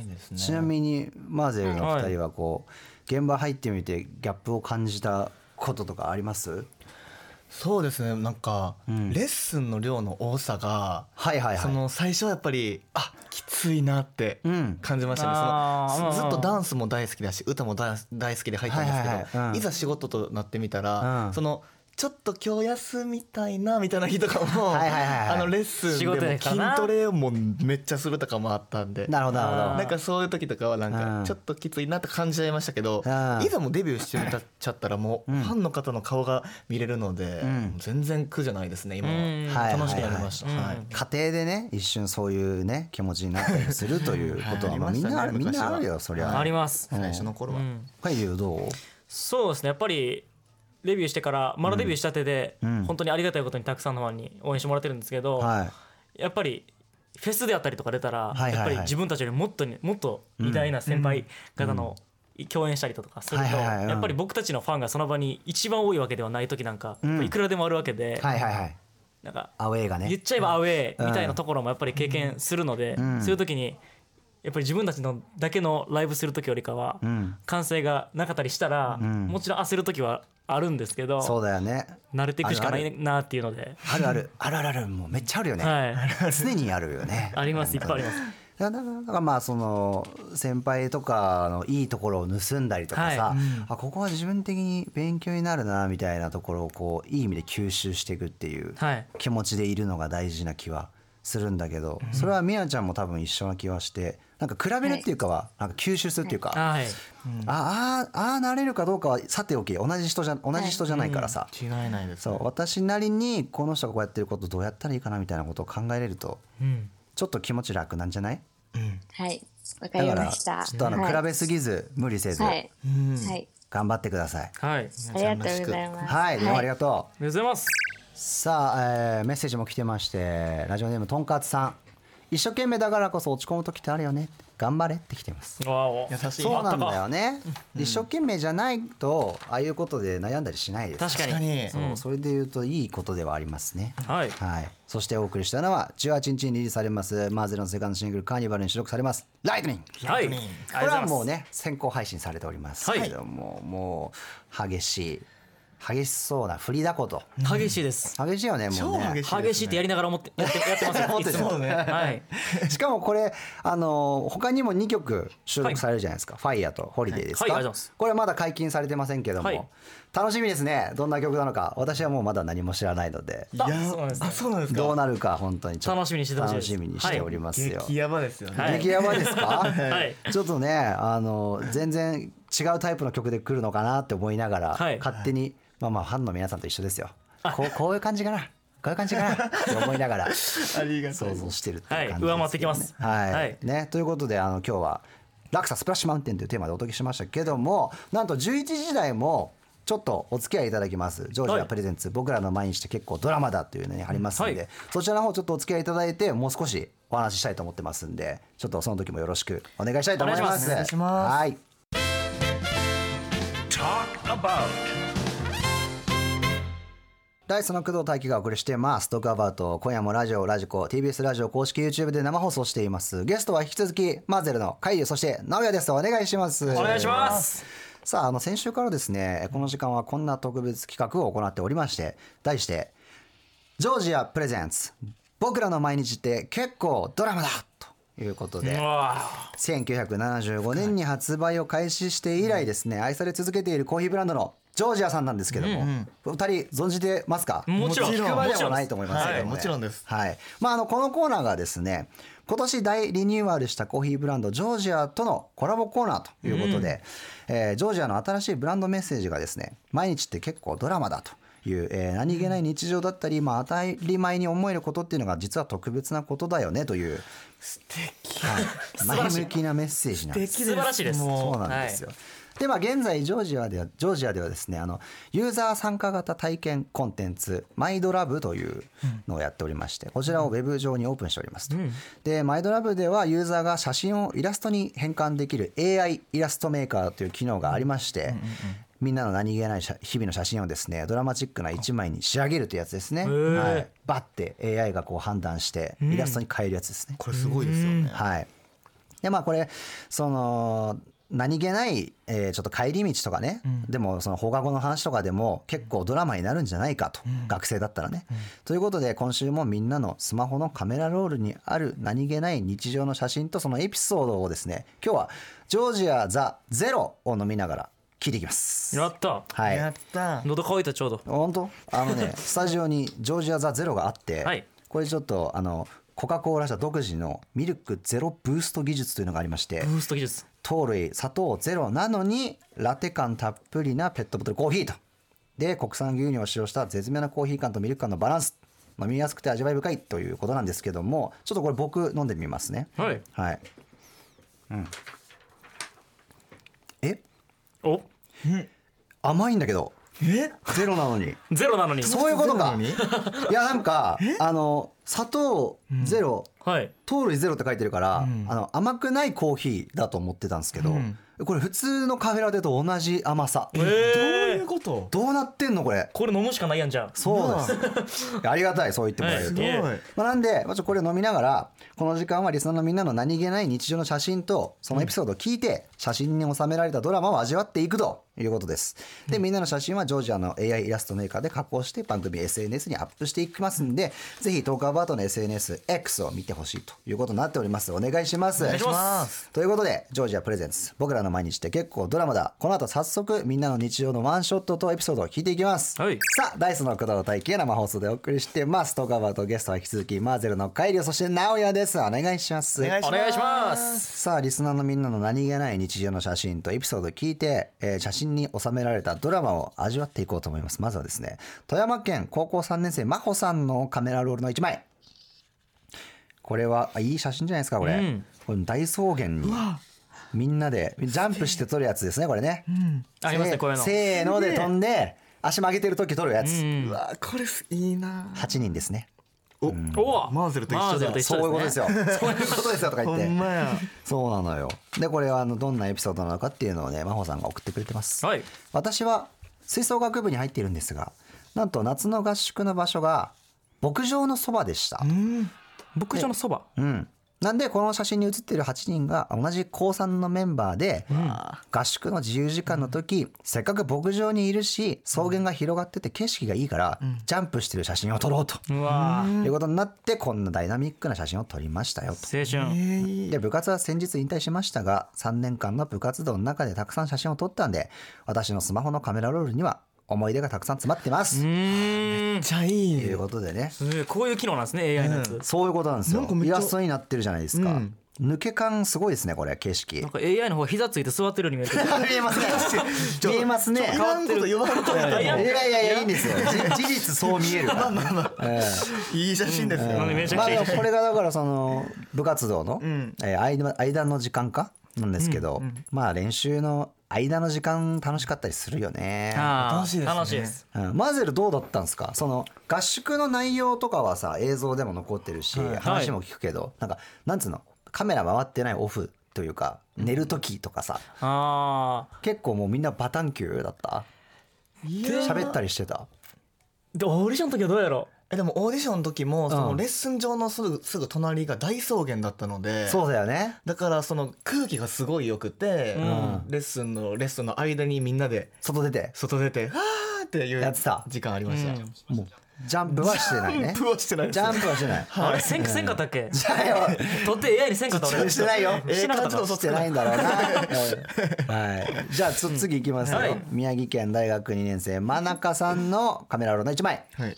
[SPEAKER 1] ですね
[SPEAKER 2] ちなみにマーゼルのお二人はこう現場入ってみてギャップを感じたこととかあります？
[SPEAKER 1] そうですねなんか、
[SPEAKER 2] うん
[SPEAKER 1] レッスンの量の多さが、
[SPEAKER 2] はいはいはい
[SPEAKER 1] その最初はやっぱりあきついなって
[SPEAKER 2] うん
[SPEAKER 1] 感じましたね、
[SPEAKER 3] あー
[SPEAKER 1] そのず
[SPEAKER 3] うんうん
[SPEAKER 1] ずっとダンスも大好きだし歌も大大好きで入ったんですけど、
[SPEAKER 2] はい
[SPEAKER 1] い
[SPEAKER 2] はいはいうん
[SPEAKER 1] ざ仕事となってみたら、
[SPEAKER 2] うん
[SPEAKER 1] そのちょっと今日休みたいなみたいな日とかも
[SPEAKER 2] はいはいはいはい
[SPEAKER 1] あのレッスンでも
[SPEAKER 3] 仕事やから
[SPEAKER 1] 筋
[SPEAKER 3] な
[SPEAKER 1] トレもめっちゃするとかもあったんで
[SPEAKER 2] なるほどなるほど
[SPEAKER 3] あー
[SPEAKER 1] なんかそういう時とかはなん
[SPEAKER 2] うん
[SPEAKER 1] かちょっときついなって感じちゃいましたけど
[SPEAKER 2] うん
[SPEAKER 1] いざもうデビューしてみたっちゃったらもうファンの方の顔が見れるので
[SPEAKER 2] ん
[SPEAKER 1] 全然苦じゃないですね今
[SPEAKER 3] うん
[SPEAKER 1] は楽しくなりました
[SPEAKER 3] はいはいは
[SPEAKER 1] はいい
[SPEAKER 2] 家庭でね一瞬そういうね気持ちになったりするという ことは、
[SPEAKER 1] はい
[SPEAKER 2] まあ、
[SPEAKER 1] あ
[SPEAKER 2] み
[SPEAKER 1] り
[SPEAKER 2] ん
[SPEAKER 1] ました
[SPEAKER 2] な、
[SPEAKER 1] ね
[SPEAKER 2] みん
[SPEAKER 1] 昔は
[SPEAKER 2] なあるよそりゃ
[SPEAKER 3] あります、
[SPEAKER 1] 最初の頃
[SPEAKER 3] う
[SPEAKER 1] は
[SPEAKER 3] ん
[SPEAKER 2] はいゆうどう
[SPEAKER 3] そうですねやっぱりデビューしてからまだデビューしたてで、
[SPEAKER 2] うん
[SPEAKER 3] 本当にありがたいことにたくさんのファンに応援してもらってるんですけど、
[SPEAKER 2] はい
[SPEAKER 3] やっぱりフェスであったりとか出たら、
[SPEAKER 2] はいはいはい
[SPEAKER 3] やっぱり自分たちよりもっとにもっと偉大な先輩方の共演したりだとかすると、
[SPEAKER 2] はいはいはいうん
[SPEAKER 3] やっぱり僕たちのファンがその場に一番多いわけではない時なんか、
[SPEAKER 2] うん
[SPEAKER 3] いくらでもあるわけで、
[SPEAKER 2] はいはいはい
[SPEAKER 3] なんか
[SPEAKER 2] アウェーがね
[SPEAKER 3] 言っちゃえばアウェーみたいなところもやっぱり経験するので、
[SPEAKER 2] ん
[SPEAKER 3] そういう時にやっぱり自分たちのだけのライブする時よりかは、
[SPEAKER 2] うん
[SPEAKER 3] 歓声がなかったりしたら、
[SPEAKER 2] ん
[SPEAKER 3] もちろん焦る時はあるんですけど
[SPEAKER 2] そうだよね
[SPEAKER 3] 慣れていくしかな
[SPEAKER 2] ある
[SPEAKER 3] いなっていうので、
[SPEAKER 2] あるあるあるあるあるもうめっちゃあるよね、
[SPEAKER 3] はい、
[SPEAKER 2] 常にあるよね
[SPEAKER 3] ありますいっぱいあります。
[SPEAKER 2] だからだからまあその先輩とかのいいところを盗んだりとかさ、
[SPEAKER 3] はい
[SPEAKER 2] あここは自分的に勉強になるなみたいなところをこういい意味で吸収していくっていう
[SPEAKER 3] はい
[SPEAKER 2] 気持ちでいるのが大事な気はするんだけど、それはみやちゃんも多分一緒な気はしてなんか比べるっていうかはなんか吸収するっていうか、あ
[SPEAKER 3] はい
[SPEAKER 2] あああなれるかどうかはさておき同じ人じゃ同じ人じゃないからさ、
[SPEAKER 1] 違いないです
[SPEAKER 2] そう私なりにこの人がこうやってることどうやったらいいかなみたいなことを考えれると
[SPEAKER 3] うん
[SPEAKER 2] ちょっと気持ち楽なんじゃない
[SPEAKER 6] はいわか
[SPEAKER 2] だ
[SPEAKER 6] り
[SPEAKER 2] から
[SPEAKER 6] まし
[SPEAKER 2] ちょ
[SPEAKER 6] た
[SPEAKER 2] っとあの、
[SPEAKER 6] はい
[SPEAKER 2] 比べすぎず無理せず、
[SPEAKER 6] はい、はい、
[SPEAKER 2] 頑張ってください。
[SPEAKER 3] はい。
[SPEAKER 6] ありがとうございます
[SPEAKER 2] はい、どうもあり
[SPEAKER 6] が
[SPEAKER 2] がとう。
[SPEAKER 3] ありがとうございます。
[SPEAKER 2] さあ、えーメッセージも来てまして、ラジオネームとんかつさん。一生懸命だからこそ落ち込む時ってあるよね。頑張れって来てます。
[SPEAKER 3] わお。
[SPEAKER 1] 優しい
[SPEAKER 2] そうなんだよね。一生懸命じゃないと、ああいうことで悩んだりしないです。
[SPEAKER 3] 確か
[SPEAKER 1] 確か
[SPEAKER 3] に。
[SPEAKER 1] に
[SPEAKER 2] そうそれで言うといいことではありますね。
[SPEAKER 3] はい
[SPEAKER 2] はい、そしてお送りしたのは18日にリリースされますマーゼルのセカンドシングル「カーニバル」に収録されます「ライトニング」
[SPEAKER 3] はい。
[SPEAKER 2] これはもう
[SPEAKER 3] ね。
[SPEAKER 2] ね先行配信されております
[SPEAKER 3] はい
[SPEAKER 2] けども、もう激しい激しそうな振りだこと
[SPEAKER 3] 激しいです。
[SPEAKER 2] 激しいよねもう
[SPEAKER 1] 超
[SPEAKER 2] ね
[SPEAKER 1] 激
[SPEAKER 3] 激しいってやりながら思ってやってやってますよ。いつも。
[SPEAKER 1] そうね
[SPEAKER 3] はい。
[SPEAKER 2] しかもこれあの他にも2曲収録されるじゃないですか「ファイヤーと「ホリデー」ですか、
[SPEAKER 3] はいはいありがとうございます
[SPEAKER 2] これまだ解禁されてませんけども、
[SPEAKER 3] はい
[SPEAKER 2] 楽しみですねどんな曲なのか私はもうまだ何も知らないので
[SPEAKER 1] いや
[SPEAKER 3] あそうなんですね
[SPEAKER 1] あそうなんです
[SPEAKER 2] どう
[SPEAKER 1] か
[SPEAKER 2] なるか本当にちょっと
[SPEAKER 3] 楽しみにしててほしい
[SPEAKER 2] 楽
[SPEAKER 3] です
[SPEAKER 2] しみにしておりますよ、
[SPEAKER 1] 激ヤバですよね
[SPEAKER 3] はい
[SPEAKER 2] 激ヤバですか、
[SPEAKER 3] はい
[SPEAKER 2] ちょっとねあの全然違うタイプの曲で来るのかなって思いながら、
[SPEAKER 3] はい
[SPEAKER 2] 勝手にまあまあファンの皆さんと一緒ですよこうこういう感じかなこういう感じかなって思いながら
[SPEAKER 1] ありがとう
[SPEAKER 2] 想像してるっていう感じです、ね
[SPEAKER 3] はい上回ってきます
[SPEAKER 2] はい、
[SPEAKER 3] はい
[SPEAKER 2] ね、ということであの今日は「落差スプラッシュマウンテン」というテーマでお届けしましたけどもなんと11時台もちょっとお付き合いいただきますジョージアプレゼンツ、僕らの毎日って結構ドラマだというのにありますので、
[SPEAKER 3] はい
[SPEAKER 2] そちらの方ちょっとお付き合いいただいてもう少しお話ししたいと思ってますんでちょっとその時もよろしくお願いしたいと思います。
[SPEAKER 3] お願
[SPEAKER 2] いしますはい
[SPEAKER 11] Talk about.
[SPEAKER 2] ダイスの工藤大輝がお送りしてます。トークアバウト、今夜もラジオ、ラジコ、TBS ラジオ公式 YouTube で生放送しています。ゲストは引き続き、マーゼルの海優、そして、直哉です。お願いします。お
[SPEAKER 3] お願いします。
[SPEAKER 2] さあ、あの、先週からですね、この時間はこんな特別企画を行っておりまして、題して、ジョージアプレゼンツ、僕らの毎日って結構ドラマだということで
[SPEAKER 3] う、わ
[SPEAKER 2] 1975年に発売を開始して以来ですね、愛され続けているコーヒーブランドのジョージアさんなんですけども、お二人存じてますか
[SPEAKER 3] もちろん
[SPEAKER 2] 聞くまでもないと思いますけどね
[SPEAKER 1] もちろんです
[SPEAKER 2] はい。まあ、あの、このコーナーがですね、今年大リニューアルしたコーヒーブランドジョージアとのコラボコーナーということで、えージョージアの新しいブランドメッセージがですね、毎日って結構ドラマだと。いうえー何気ない日常だったり、まあ、当たり前に思えることっていうのが実は特別なことだよねという前向きなメッセージなんです
[SPEAKER 3] 素晴らしいです。
[SPEAKER 1] も
[SPEAKER 2] そうなんですよ。でまあ現在ジョージアではジョージアではですねあのユーザー参加型体験コンテンツマイドラブというのをやっておりましてこちらをウェブ上にオープンしておりますと。でマイドラブではユーザーが写真をイラストに変換できる AI イラストメーカーという機能がありまして。みんなの何気ない写日々の写真をですねドラマチックな一枚に仕上げるというやつですね、
[SPEAKER 3] ー
[SPEAKER 2] はい、バッて AI がこう判断してイラストに変えるやつですね、
[SPEAKER 1] これすごいですよね
[SPEAKER 2] はい。でまあこれその何気ない、えーちょっと帰り道とかね、でもその放課後の話とかでも結構ドラマになるんじゃないかと、学生だったらね、ということで今週もみんなのスマホのカメラロールにある何気ない日常の写真とそのエピソードをですね今日はジョージア・ザ・ゼロを飲みながら聞いていきます。
[SPEAKER 3] やった
[SPEAKER 2] はい、
[SPEAKER 1] た
[SPEAKER 3] 喉乾いたちょうど
[SPEAKER 2] 本当あのねスタジオにジョージア・ザ・ゼロがあって、
[SPEAKER 3] はい
[SPEAKER 2] これちょっとあのコカ・コーラ社独自のミルクゼロブースト技術というのがありまして
[SPEAKER 3] ブースト技術
[SPEAKER 2] 糖類砂糖ゼロなのにラテ感たっぷりなペットボトルコーヒーとで国産牛乳を使用した絶妙なコーヒー感とミルク感のバランス飲みやすくて味わい深いということなんですけどもちょっとこれ僕飲んでみますね
[SPEAKER 3] はい
[SPEAKER 2] はいうんえ
[SPEAKER 3] お
[SPEAKER 2] 甘いんだけど
[SPEAKER 1] え
[SPEAKER 2] ゼロなのに
[SPEAKER 3] ゼロなのに
[SPEAKER 2] そういうことか。
[SPEAKER 1] ゼ
[SPEAKER 2] いやなんかあの砂糖ゼロ、
[SPEAKER 3] はい
[SPEAKER 2] 糖類ゼロって書いてるから、あの甘くないコーヒーだと思ってたんですけど、これ普通のカフェラテと同じ甘さ。
[SPEAKER 3] え
[SPEAKER 1] どうい
[SPEAKER 3] ー
[SPEAKER 1] うこと
[SPEAKER 2] どうなってんのこれ。
[SPEAKER 3] これ飲むしかないやんじゃあ
[SPEAKER 2] そうです。ありがたいそう言ってもらえる
[SPEAKER 3] す
[SPEAKER 2] と。
[SPEAKER 3] ごい
[SPEAKER 1] はい
[SPEAKER 2] まあ、なんで、まあ、ちょっとこれ飲みながらこの時間はリスナーのみんなの何気ない日常の写真とそのエピソードを聞いて写真に収められたドラマを味わっていくということですでみんなの写真はジョージアの AI イラストメーカーで加工して番組 SNS にアップしていきますんでぜひトークアバートの SNSX を見てほしいということになっておりますお願いしますお願
[SPEAKER 3] いします
[SPEAKER 2] ということでジョージアプレゼンツ僕らの毎日って結構ドラマだこの後早速みんなの日常のワンショットとエピソードを聞いていきます、
[SPEAKER 3] はい
[SPEAKER 2] さあダイスの工藤大輝が生放送でお送りしてますトークアバートゲストは引き続きマーゼルの海流そして直哉ですお願いします
[SPEAKER 1] お願い
[SPEAKER 3] お願いします
[SPEAKER 2] さあリスナーのみんなの何気ない日常の写真とエピソードを聞いて、えー写真に収められたドラマを味わっていこうと思いますまずはですね富山県高校3年生真帆さんのカメラロールの1枚これはあいい写真じゃないですかこれ、
[SPEAKER 3] うん
[SPEAKER 2] これ大草原にみんなでジャンプして撮るやつですねこれね、
[SPEAKER 3] ありますねこういうの
[SPEAKER 2] せーので飛んで足曲げてる時撮るやつ、
[SPEAKER 3] うん
[SPEAKER 1] わこれいいな
[SPEAKER 2] 8人ですね
[SPEAKER 1] お
[SPEAKER 3] お
[SPEAKER 1] マーゼルと一緒だ
[SPEAKER 3] マーゼルと一
[SPEAKER 2] そういう
[SPEAKER 3] 緒
[SPEAKER 2] こと
[SPEAKER 3] で
[SPEAKER 2] ですす
[SPEAKER 3] ね
[SPEAKER 2] よ そういうことですよとか言
[SPEAKER 1] ほ
[SPEAKER 2] って
[SPEAKER 1] んまや
[SPEAKER 2] そうなのよでこれはあのどんなエピソードなのかっていうのをね真帆さんが送ってくれてます、
[SPEAKER 3] はい
[SPEAKER 2] 私は吹奏楽部に入っているんですがなんと夏の合宿の場所が牧場のそばでした
[SPEAKER 3] 牧場のそば
[SPEAKER 2] うんなんでこの写真に写っている8人が同じ高3のメンバーで、合宿の自由時間の時、せっかく牧場にいるし草原が広がってて景色がいいから、ジャンプしてる写真を撮ろうと、
[SPEAKER 3] うわー
[SPEAKER 2] いうことになってこんなダイナミックな写真を撮りましたよと。
[SPEAKER 3] 青春
[SPEAKER 2] で部活は先日引退しましたが3年間の部活動の中でたくさん写真を撮ったんで私のスマホのカメラロールには思い出がたくさん詰まってます。
[SPEAKER 3] う
[SPEAKER 2] と
[SPEAKER 3] ーん
[SPEAKER 1] じゃあいい
[SPEAKER 2] い
[SPEAKER 1] よ
[SPEAKER 2] うことでね
[SPEAKER 3] すごいこういう機能なんですね AI のやつ
[SPEAKER 2] そういうことなんですよ
[SPEAKER 1] なんかめっち
[SPEAKER 2] イ
[SPEAKER 1] ゃ
[SPEAKER 2] ラストになってるじゃないですか、
[SPEAKER 1] うん
[SPEAKER 2] 抜け感すごいですねこれ景色
[SPEAKER 3] なんか AI の方が膝ついて座ってるように見えてる
[SPEAKER 2] 見えますね見えますね
[SPEAKER 1] いらんこと言わんとい
[SPEAKER 2] い
[SPEAKER 1] て
[SPEAKER 2] やいやいやいいんですよじ事実そう見えるからええ
[SPEAKER 1] いい写真ですよ
[SPEAKER 3] なんでめちゃ
[SPEAKER 2] ま
[SPEAKER 3] く
[SPEAKER 2] あ
[SPEAKER 3] ちゃ
[SPEAKER 2] で
[SPEAKER 3] いい
[SPEAKER 2] もこれがだからその部活動の、えー間間の時間かなんですけど、まあ練習の間の時間楽しかったりするよね。
[SPEAKER 3] あー
[SPEAKER 1] 楽しいですね
[SPEAKER 3] 楽しいです
[SPEAKER 2] うんマーゼルどうだったんですかその合宿の内容とかはさ映像でも残ってるし、話も聞くけど、なんかなんつうのカメラ回ってないオフというか寝る時とかさ
[SPEAKER 3] ああ
[SPEAKER 2] 結構もうみんなバタンキューだった喋ったりしてた
[SPEAKER 3] でオーディションの時はどうやろ
[SPEAKER 1] えでもオーディションの時もその
[SPEAKER 2] うん
[SPEAKER 1] レッスン場のすぐすぐ隣が大草原だったので
[SPEAKER 2] そうだよね
[SPEAKER 1] だからその空気がすごい良くて、
[SPEAKER 2] ん
[SPEAKER 1] レッスンのレッスンの間にみんなで
[SPEAKER 2] 外出て
[SPEAKER 1] 外出て「あー」っていう
[SPEAKER 2] やってた
[SPEAKER 1] 時間ありました、
[SPEAKER 3] うん
[SPEAKER 2] もうジャンプはしてないね
[SPEAKER 1] プロしてないです
[SPEAKER 2] ジャンプはしてない。
[SPEAKER 3] うあれせんせんかったっけ
[SPEAKER 2] だよ
[SPEAKER 3] 取って AI にせんかった俺
[SPEAKER 2] してない よ。
[SPEAKER 1] ええ感じの嘘
[SPEAKER 2] し
[SPEAKER 1] つ
[SPEAKER 2] て
[SPEAKER 1] くな
[SPEAKER 2] ないんだろうな。はい。じゃあつ次行きますよ
[SPEAKER 3] はい。
[SPEAKER 2] 宮城県大学2年生真中さんのカメラロールの一枚。
[SPEAKER 1] はい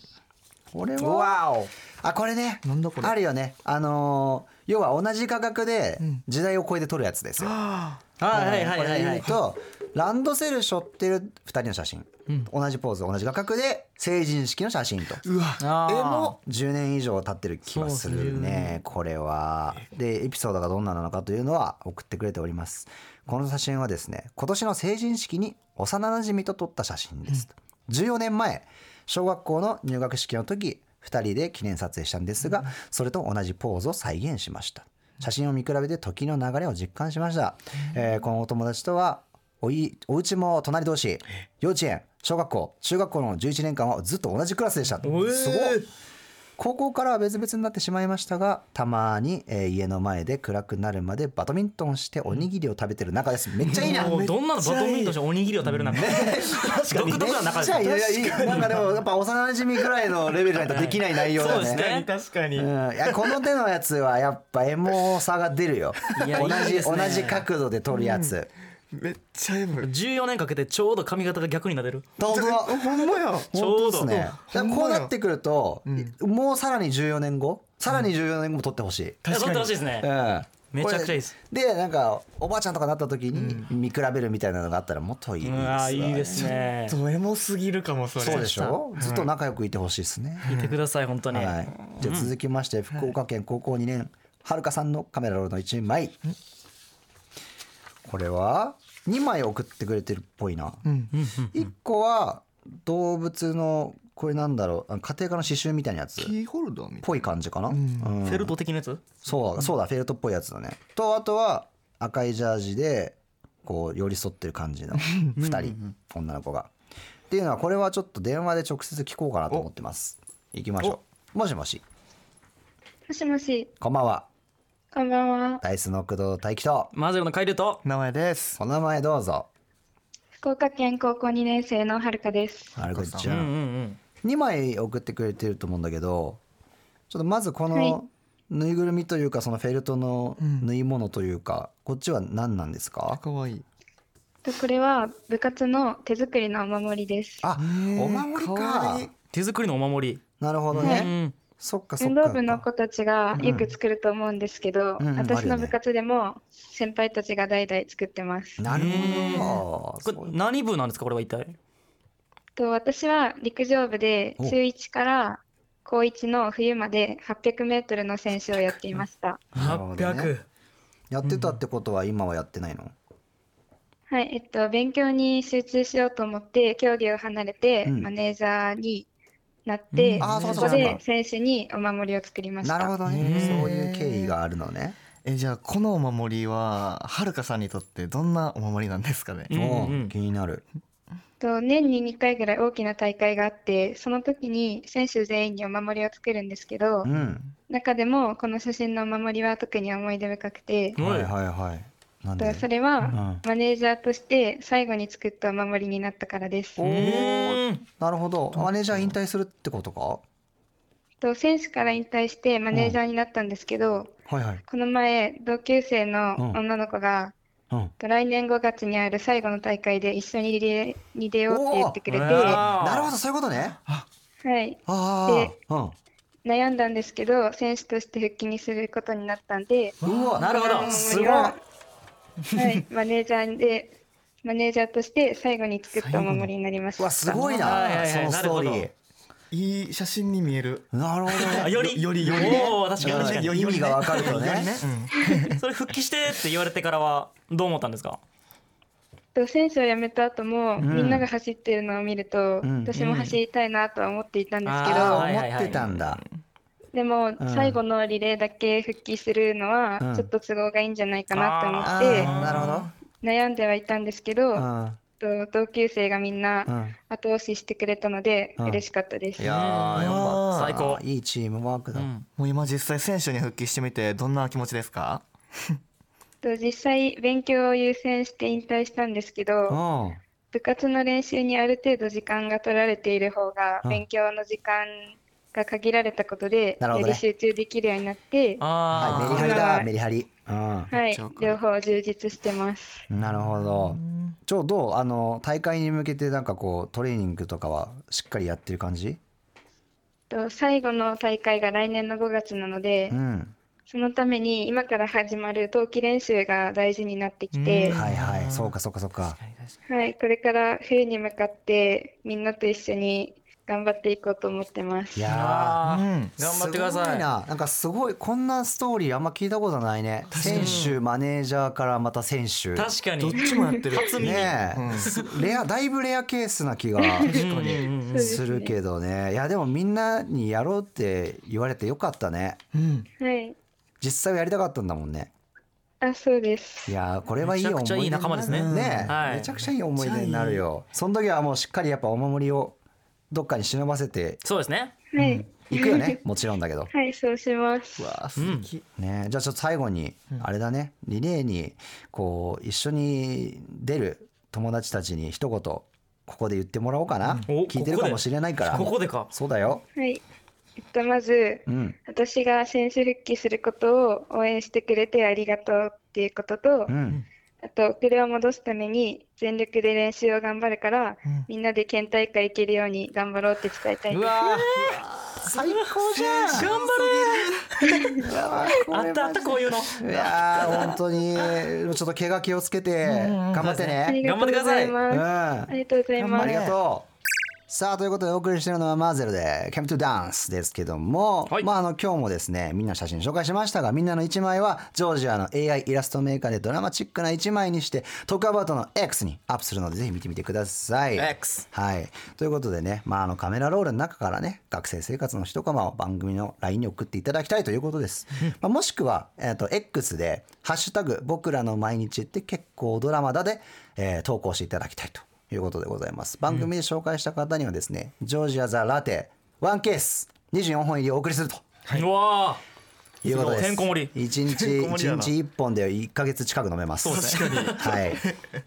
[SPEAKER 2] これは。あこれね。
[SPEAKER 1] なんだこれ
[SPEAKER 2] あるよね。あのー要は同じ価格で時代を超えて撮るやつですよ。
[SPEAKER 3] はいはいはいはいは
[SPEAKER 2] 言
[SPEAKER 3] いう
[SPEAKER 2] とランドセル背負ってる2人の写真。同じポーズ同じ画角で成人式の写真と。
[SPEAKER 1] うわ
[SPEAKER 3] あー
[SPEAKER 1] えも
[SPEAKER 2] 10年以上経ってる気はするねこれはでエピソードがどんなのかというのは送ってくれておりますこの写真はですね今年の成人式に幼なじみと撮った写真です、14年前小学校の入学式の時2人で記念撮影したんですが、それと同じポーズを再現しました写真を見比べて時の流れを実感しました、えーこのお友達とはおいお家も隣同士幼稚園小学校中学校の11年間はずっと同じクラスでしたすごい高校からは別々になってしまいましたがたまに、えー家の前で暗くなるまでバドミントンしておにぎりを食べてる中ですめっちゃいいな
[SPEAKER 3] もうどんなのバドミントンしておにぎりを食べるなんか 独特な中
[SPEAKER 2] めっち
[SPEAKER 3] です
[SPEAKER 2] ゃいいいやいやなんかでもやっぱ幼馴染ぐらいのレベルじゃないとできない内容だ
[SPEAKER 3] そう
[SPEAKER 2] よ
[SPEAKER 3] です
[SPEAKER 2] ね
[SPEAKER 3] ね
[SPEAKER 1] 確かに
[SPEAKER 2] うん、いやこの手のやつはやっぱエモさが出るよ
[SPEAKER 3] いや
[SPEAKER 2] 同
[SPEAKER 3] いい
[SPEAKER 2] じ
[SPEAKER 3] です
[SPEAKER 2] 同
[SPEAKER 3] ね
[SPEAKER 2] じ角度で撮るやつ、
[SPEAKER 1] めっちゃエブ
[SPEAKER 3] 14年かけてちょうど髪型が逆になれる
[SPEAKER 2] どうぞ
[SPEAKER 1] ほんまや
[SPEAKER 3] ちょう
[SPEAKER 2] 本当
[SPEAKER 3] ど
[SPEAKER 2] ですね。だからこうなってくると、もうさらに14年後、さらに14年後も撮ってほしい。
[SPEAKER 3] いや撮ってほしいですね
[SPEAKER 2] うん
[SPEAKER 3] めちゃくちゃいいです。
[SPEAKER 2] これでなんかおばあちゃんとかなった時に見比べるみたいなのがあったらもっといいです
[SPEAKER 3] う
[SPEAKER 2] わ
[SPEAKER 3] わいいですね
[SPEAKER 1] ドエモすぎるかもそれ
[SPEAKER 2] そうでしょ。ずっと仲良くいてほしいですね。
[SPEAKER 3] 見てください本当に
[SPEAKER 2] はい。じゃあ続きまして福岡県高校2年はるかさんのカメラロールの1枚。これは2枚送ってくれてるっぽいな。1個は動物のこれなんだろうあの家庭科の刺繍みたいなやつ。
[SPEAKER 1] キーホルダーみ
[SPEAKER 2] った
[SPEAKER 1] い
[SPEAKER 2] ぽい感じかな、うん
[SPEAKER 3] フェルト的なやつ
[SPEAKER 2] そうだそうだフェルトっぽいやつだねとあとは赤いジャージでこう寄り添ってる感 じの2人女の子がっていうのはこれはちょっと電話で直接聞こうかなと思ってます行きましょうもしもし
[SPEAKER 7] もしもし、
[SPEAKER 2] こんばんは
[SPEAKER 7] こんばんは。
[SPEAKER 2] ダイスの工藤大輝と
[SPEAKER 3] マゼロの海流と
[SPEAKER 1] な名前です
[SPEAKER 2] お名前どうぞ
[SPEAKER 7] 福岡県高校2年生のはるかです。
[SPEAKER 2] はるかち
[SPEAKER 3] う
[SPEAKER 2] ゃ
[SPEAKER 3] んうん
[SPEAKER 2] ん
[SPEAKER 3] うん
[SPEAKER 2] 2枚送ってくれてると思うんだけどちょっとまずこ
[SPEAKER 7] はい
[SPEAKER 2] のぬいぐるみというかそのフェルトの縫い物というか、こっちは何なんですか
[SPEAKER 1] かわいい
[SPEAKER 7] とこれは部活の手作りのお守りです。
[SPEAKER 2] あ、お守りか
[SPEAKER 1] わいい
[SPEAKER 3] 手作りのお守り
[SPEAKER 2] なるほど
[SPEAKER 3] う
[SPEAKER 2] ね、
[SPEAKER 3] ん
[SPEAKER 2] そっかそっ
[SPEAKER 7] 運
[SPEAKER 2] か
[SPEAKER 7] 動部の子たちがよく作ると思うんですけど、
[SPEAKER 2] うんうんあ
[SPEAKER 7] 私
[SPEAKER 2] るよ
[SPEAKER 7] の
[SPEAKER 2] ね
[SPEAKER 7] 部活でも先輩たちが代々作ってます。
[SPEAKER 2] なるほど
[SPEAKER 3] これ何部なんですかこれは一体
[SPEAKER 7] と私は陸上部で
[SPEAKER 2] お
[SPEAKER 7] 中1から高1の冬まで800メートルの選手をやっていました。
[SPEAKER 2] なるほどね
[SPEAKER 3] 800
[SPEAKER 2] やってたってことは今はやってないの、
[SPEAKER 7] はい、えっと、勉強に集中しようと思って、競技を離れて、
[SPEAKER 2] うん
[SPEAKER 7] マネージャーになって、
[SPEAKER 3] うん
[SPEAKER 2] あーそう
[SPEAKER 7] そ
[SPEAKER 2] そう
[SPEAKER 7] こ
[SPEAKER 2] そう
[SPEAKER 7] で選手にお守りを作りまし
[SPEAKER 2] なる
[SPEAKER 7] た。
[SPEAKER 2] ほどねそういう経緯があるのね
[SPEAKER 1] えじゃあこのお守りははるかさんにとってどんなお守りなんですかね
[SPEAKER 3] うん
[SPEAKER 2] おう
[SPEAKER 3] うんうん
[SPEAKER 2] 気になる
[SPEAKER 7] と年に2回ぐらい大きな大会があって、その時に選手全員にお守りを作るんですけど
[SPEAKER 2] う、ん
[SPEAKER 7] 中でもこの写真のお守りは特に思い出深くて、
[SPEAKER 3] うん
[SPEAKER 2] はいはいはいなん
[SPEAKER 7] と
[SPEAKER 2] で
[SPEAKER 7] それは
[SPEAKER 2] う
[SPEAKER 7] マネージャーとして最後に作ったお守りになったからです。
[SPEAKER 3] うん
[SPEAKER 2] なるほどマネージャー引退するってことか
[SPEAKER 7] と選手から引退してマネージャーになったんですけど、
[SPEAKER 2] はいはい
[SPEAKER 7] この前同級生
[SPEAKER 2] うん
[SPEAKER 7] の女の子が、
[SPEAKER 2] うん
[SPEAKER 7] と来年5月にある最後の大会で一緒にリレーに出ようって言ってくれて、
[SPEAKER 3] おーうわ
[SPEAKER 7] は
[SPEAKER 3] あー
[SPEAKER 2] なるほどそういうことね
[SPEAKER 7] い、
[SPEAKER 2] あ
[SPEAKER 7] で
[SPEAKER 2] あうん
[SPEAKER 7] 悩んだんですけど選手として復帰にすることになったん で、
[SPEAKER 2] うわ
[SPEAKER 3] なるほ
[SPEAKER 7] この
[SPEAKER 3] ど
[SPEAKER 7] 守りは、はい、マネージャーでマネージャーとして最後に作ったお守りになりまし
[SPEAKER 2] うわす
[SPEAKER 7] た。
[SPEAKER 2] ごい
[SPEAKER 3] はいはい
[SPEAKER 2] な
[SPEAKER 3] はい
[SPEAKER 2] そのストーリ
[SPEAKER 3] なる
[SPEAKER 2] ー
[SPEAKER 1] いい写真に見える
[SPEAKER 2] なるほど
[SPEAKER 3] あ
[SPEAKER 2] ね
[SPEAKER 3] より
[SPEAKER 1] より
[SPEAKER 3] よ
[SPEAKER 1] よ
[SPEAKER 3] り
[SPEAKER 1] りね
[SPEAKER 3] おー確かに確かに
[SPEAKER 2] より意味がわかるよね
[SPEAKER 3] それ復帰してって言われてからはどう思ったんですか
[SPEAKER 7] と選手を辞めた後も、
[SPEAKER 2] ん
[SPEAKER 7] みんなが走ってるのを見ると、
[SPEAKER 2] うん
[SPEAKER 7] 私も走りたいなとは思っていたんですけ
[SPEAKER 3] あー
[SPEAKER 7] ど、
[SPEAKER 2] あー思ってたんだ
[SPEAKER 7] でも
[SPEAKER 2] ん
[SPEAKER 7] 最後のリレーだけ復帰するの
[SPEAKER 2] うん
[SPEAKER 7] はちょっと都合がいいんじゃないかなと思って
[SPEAKER 2] あーなるほど
[SPEAKER 7] 悩んではいたんですけど、
[SPEAKER 2] うん
[SPEAKER 7] と同級生がみん
[SPEAKER 2] う
[SPEAKER 7] なん後押ししてくれたので
[SPEAKER 2] うん
[SPEAKER 7] 嬉しかったです。
[SPEAKER 2] いやーよかった
[SPEAKER 3] 最高
[SPEAKER 2] いいチームワークだ、
[SPEAKER 3] うん
[SPEAKER 1] もう今実際選手に復帰してみてどんな気持ちですか
[SPEAKER 7] と実際勉強を優先して引退したんですけど
[SPEAKER 2] うん
[SPEAKER 7] 部活の練習にある程度時間が取られている方が
[SPEAKER 2] うん
[SPEAKER 7] 勉強の時間が限られたことで
[SPEAKER 2] なるほ
[SPEAKER 7] よ
[SPEAKER 2] どね
[SPEAKER 7] り集中できるようになっ
[SPEAKER 2] はい、メ
[SPEAKER 7] て、
[SPEAKER 2] リ
[SPEAKER 3] あ
[SPEAKER 2] ハリ
[SPEAKER 7] は
[SPEAKER 2] だ、
[SPEAKER 7] い
[SPEAKER 2] メリハリ。う
[SPEAKER 7] はい、両方充実してます。
[SPEAKER 2] ん。なるほど。ちょうどうあの大会に向けてなんかこうトレーニングとかはしっかりやってる感じ？
[SPEAKER 7] と最後の大会が来年の5月なので
[SPEAKER 2] う、ん。
[SPEAKER 7] そのために今から始まる冬季練習が大事になってきて、
[SPEAKER 2] はいはい。そうかそうかそうか。
[SPEAKER 7] はい、これから冬に向かってみんなと一緒に頑張っていこうと思ってます。
[SPEAKER 2] い
[SPEAKER 3] あ
[SPEAKER 2] や
[SPEAKER 3] あー
[SPEAKER 1] うん
[SPEAKER 2] ー。
[SPEAKER 3] 頑張ってくだ
[SPEAKER 2] す
[SPEAKER 3] さ
[SPEAKER 2] ごい
[SPEAKER 3] い
[SPEAKER 2] な。なんかすごいこんなストーリーあんま聞いたことないね。選手マネージャーからまた選手。
[SPEAKER 3] 確か
[SPEAKER 1] どっ
[SPEAKER 3] に
[SPEAKER 1] ちもやってる
[SPEAKER 3] 初耳
[SPEAKER 2] ねえ、レアだいぶレアケースな気 が
[SPEAKER 3] うんうんうん
[SPEAKER 2] するけどね。いやでもみんなにやろうって言われてよかったね。
[SPEAKER 1] うん
[SPEAKER 7] はい、
[SPEAKER 2] 実際はやりたかったんだもんね。
[SPEAKER 7] あ、そうです。
[SPEAKER 2] いやーこれはいい
[SPEAKER 3] めちゃ
[SPEAKER 2] 思い
[SPEAKER 3] く
[SPEAKER 2] 出
[SPEAKER 3] ちゃいい仲間ですね
[SPEAKER 2] になるねえ、
[SPEAKER 3] はい
[SPEAKER 2] めちゃくちゃいい思い出になるよその時はもうしっかりやっぱお守りをどっかに忍ばせて
[SPEAKER 3] そうですね
[SPEAKER 7] はい、
[SPEAKER 2] 行くよ ねもちろんだけど
[SPEAKER 7] はい、そうします。
[SPEAKER 1] わあ好き、
[SPEAKER 2] ね、じゃあちょっと最後にあれだね、リレーにこう一緒に出る友達たちに一言ここで言ってもらおうかな、
[SPEAKER 3] お
[SPEAKER 2] 聞いてる
[SPEAKER 3] ここ
[SPEAKER 2] か
[SPEAKER 3] で
[SPEAKER 2] もしれないから
[SPEAKER 3] ここでか
[SPEAKER 2] そうだよ、
[SPEAKER 7] はい。えっと、まず、
[SPEAKER 2] うん
[SPEAKER 7] 私が選手復帰することを応援してくれてありがとうっていうことと、
[SPEAKER 2] うん、
[SPEAKER 7] あと、遅れを戻すために全力で練習を頑張るから、みんなで県大会行けるように頑張ろうって伝えたいです。
[SPEAKER 2] 最高じゃん
[SPEAKER 3] 頑張
[SPEAKER 2] うわ
[SPEAKER 3] れあったあったこういうの
[SPEAKER 2] いやー本当にちょっと怪我気をつけて頑張って
[SPEAKER 7] あり
[SPEAKER 2] ね
[SPEAKER 7] がとうござい
[SPEAKER 2] うん
[SPEAKER 7] ます。
[SPEAKER 2] あ
[SPEAKER 7] ありがとうございます。
[SPEAKER 2] りがとうさあということでお送りしているのはマーゼルで「Came to Dance」ですけども、
[SPEAKER 3] はい
[SPEAKER 2] まあ、あの今日もですねみんなの写真紹介しましたがみんなの1枚はジョージアの AI イラストメーカーでドラマチックな1枚にしてトークアバウトの X にアップするのでぜひ見てみてください。
[SPEAKER 1] X
[SPEAKER 2] はい、ということでね、まあ、あのカメラロールの中からね学生生活の一コマを番組の LINE に送っていただきたいということです、まあ、もしくは、えー、と X で「ハッシュタグ僕らの毎日って結構ドラマだで」えー投稿していただきたいということでございます番組で紹介した方にはですね、ジョージアザラテワンケース24本入りをお送りすると
[SPEAKER 3] るうわ
[SPEAKER 2] いうことです
[SPEAKER 3] てんこ盛り
[SPEAKER 2] 一日一日一本で1か月近く飲めます確かに、はい、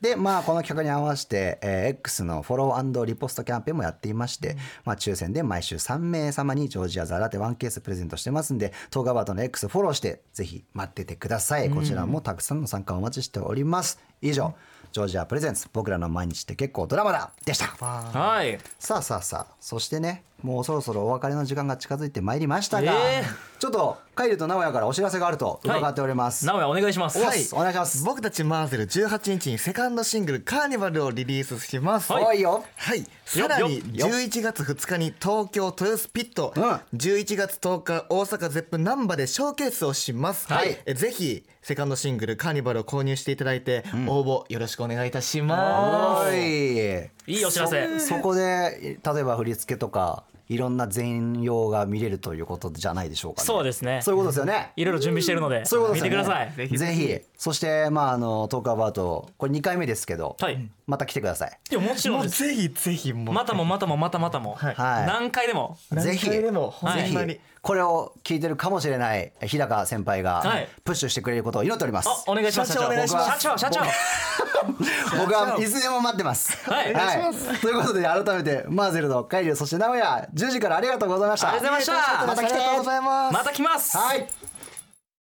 [SPEAKER 2] でまあこの企画に合わせて、えー X のフォローリポストキャンペーンもやっていまして、まあ、抽選で毎週3名様にジョージアザラテワンケースプレゼントしてますんで東川バートの X フォローしてぜひ待っててくださいこちらもたくさんの参加をお待ちしております以上、ジョージアプレゼンツ僕らの毎日って結構ドラマだでした
[SPEAKER 3] はい
[SPEAKER 2] さあさあさあそしてねもうそろそろお別れの時間が近づいてまいりましたが、
[SPEAKER 3] ええ
[SPEAKER 2] ちょっとカイルと名古屋からお知らせがあると伺っております、
[SPEAKER 3] 名古屋お願いします
[SPEAKER 2] はいお願いします
[SPEAKER 1] 僕たちマーゼル18日にセカンドシングル「カーニバル」をリリースします、
[SPEAKER 2] はい、よ
[SPEAKER 1] はい、さらに
[SPEAKER 2] よよ
[SPEAKER 1] 11月2日に東京豊洲ピット、
[SPEAKER 2] うん
[SPEAKER 1] 11月10日大阪ゼップナンバでショーケースをします、
[SPEAKER 2] はい
[SPEAKER 1] えぜひセカンドシングル「カーニバル」を購入していただいて、応募よろしくお願いいたしま
[SPEAKER 2] おい
[SPEAKER 3] いいお知らせ
[SPEAKER 2] そこで例えば振り付けとかいろんな全容が見れるということじゃないでしょうかね
[SPEAKER 3] そうですね
[SPEAKER 2] そういうことですよね
[SPEAKER 3] いろいろ準備してるので
[SPEAKER 2] そういうことです
[SPEAKER 3] 見て
[SPEAKER 2] よ
[SPEAKER 3] く
[SPEAKER 2] ね
[SPEAKER 3] ださい
[SPEAKER 2] ぜひそしてまああのトークアバートこれ2回目ですけど、
[SPEAKER 3] はい
[SPEAKER 2] また来てください
[SPEAKER 3] いやもち
[SPEAKER 1] す
[SPEAKER 3] ろん
[SPEAKER 1] もう
[SPEAKER 3] です
[SPEAKER 1] ぜひぜひもう
[SPEAKER 3] またもまたもまたまたも
[SPEAKER 1] はい
[SPEAKER 2] はい
[SPEAKER 3] 何回でも
[SPEAKER 2] ぜひ
[SPEAKER 1] 何回でもほん
[SPEAKER 2] ぜひ
[SPEAKER 1] まに
[SPEAKER 2] これを聞いてるかもしれない日高先輩が
[SPEAKER 3] はい
[SPEAKER 2] プッシュしてくれることを祈っております、
[SPEAKER 3] あお願いします
[SPEAKER 1] 社長お願いします
[SPEAKER 3] 社長社長
[SPEAKER 2] 僕はいつでも待ってます
[SPEAKER 3] はい
[SPEAKER 2] ということで改めてマーゼルの海流そして名古屋10時からありがとうございました
[SPEAKER 3] ありがとうございました
[SPEAKER 2] また来て
[SPEAKER 1] ありがとうございます
[SPEAKER 3] また来ます
[SPEAKER 2] はい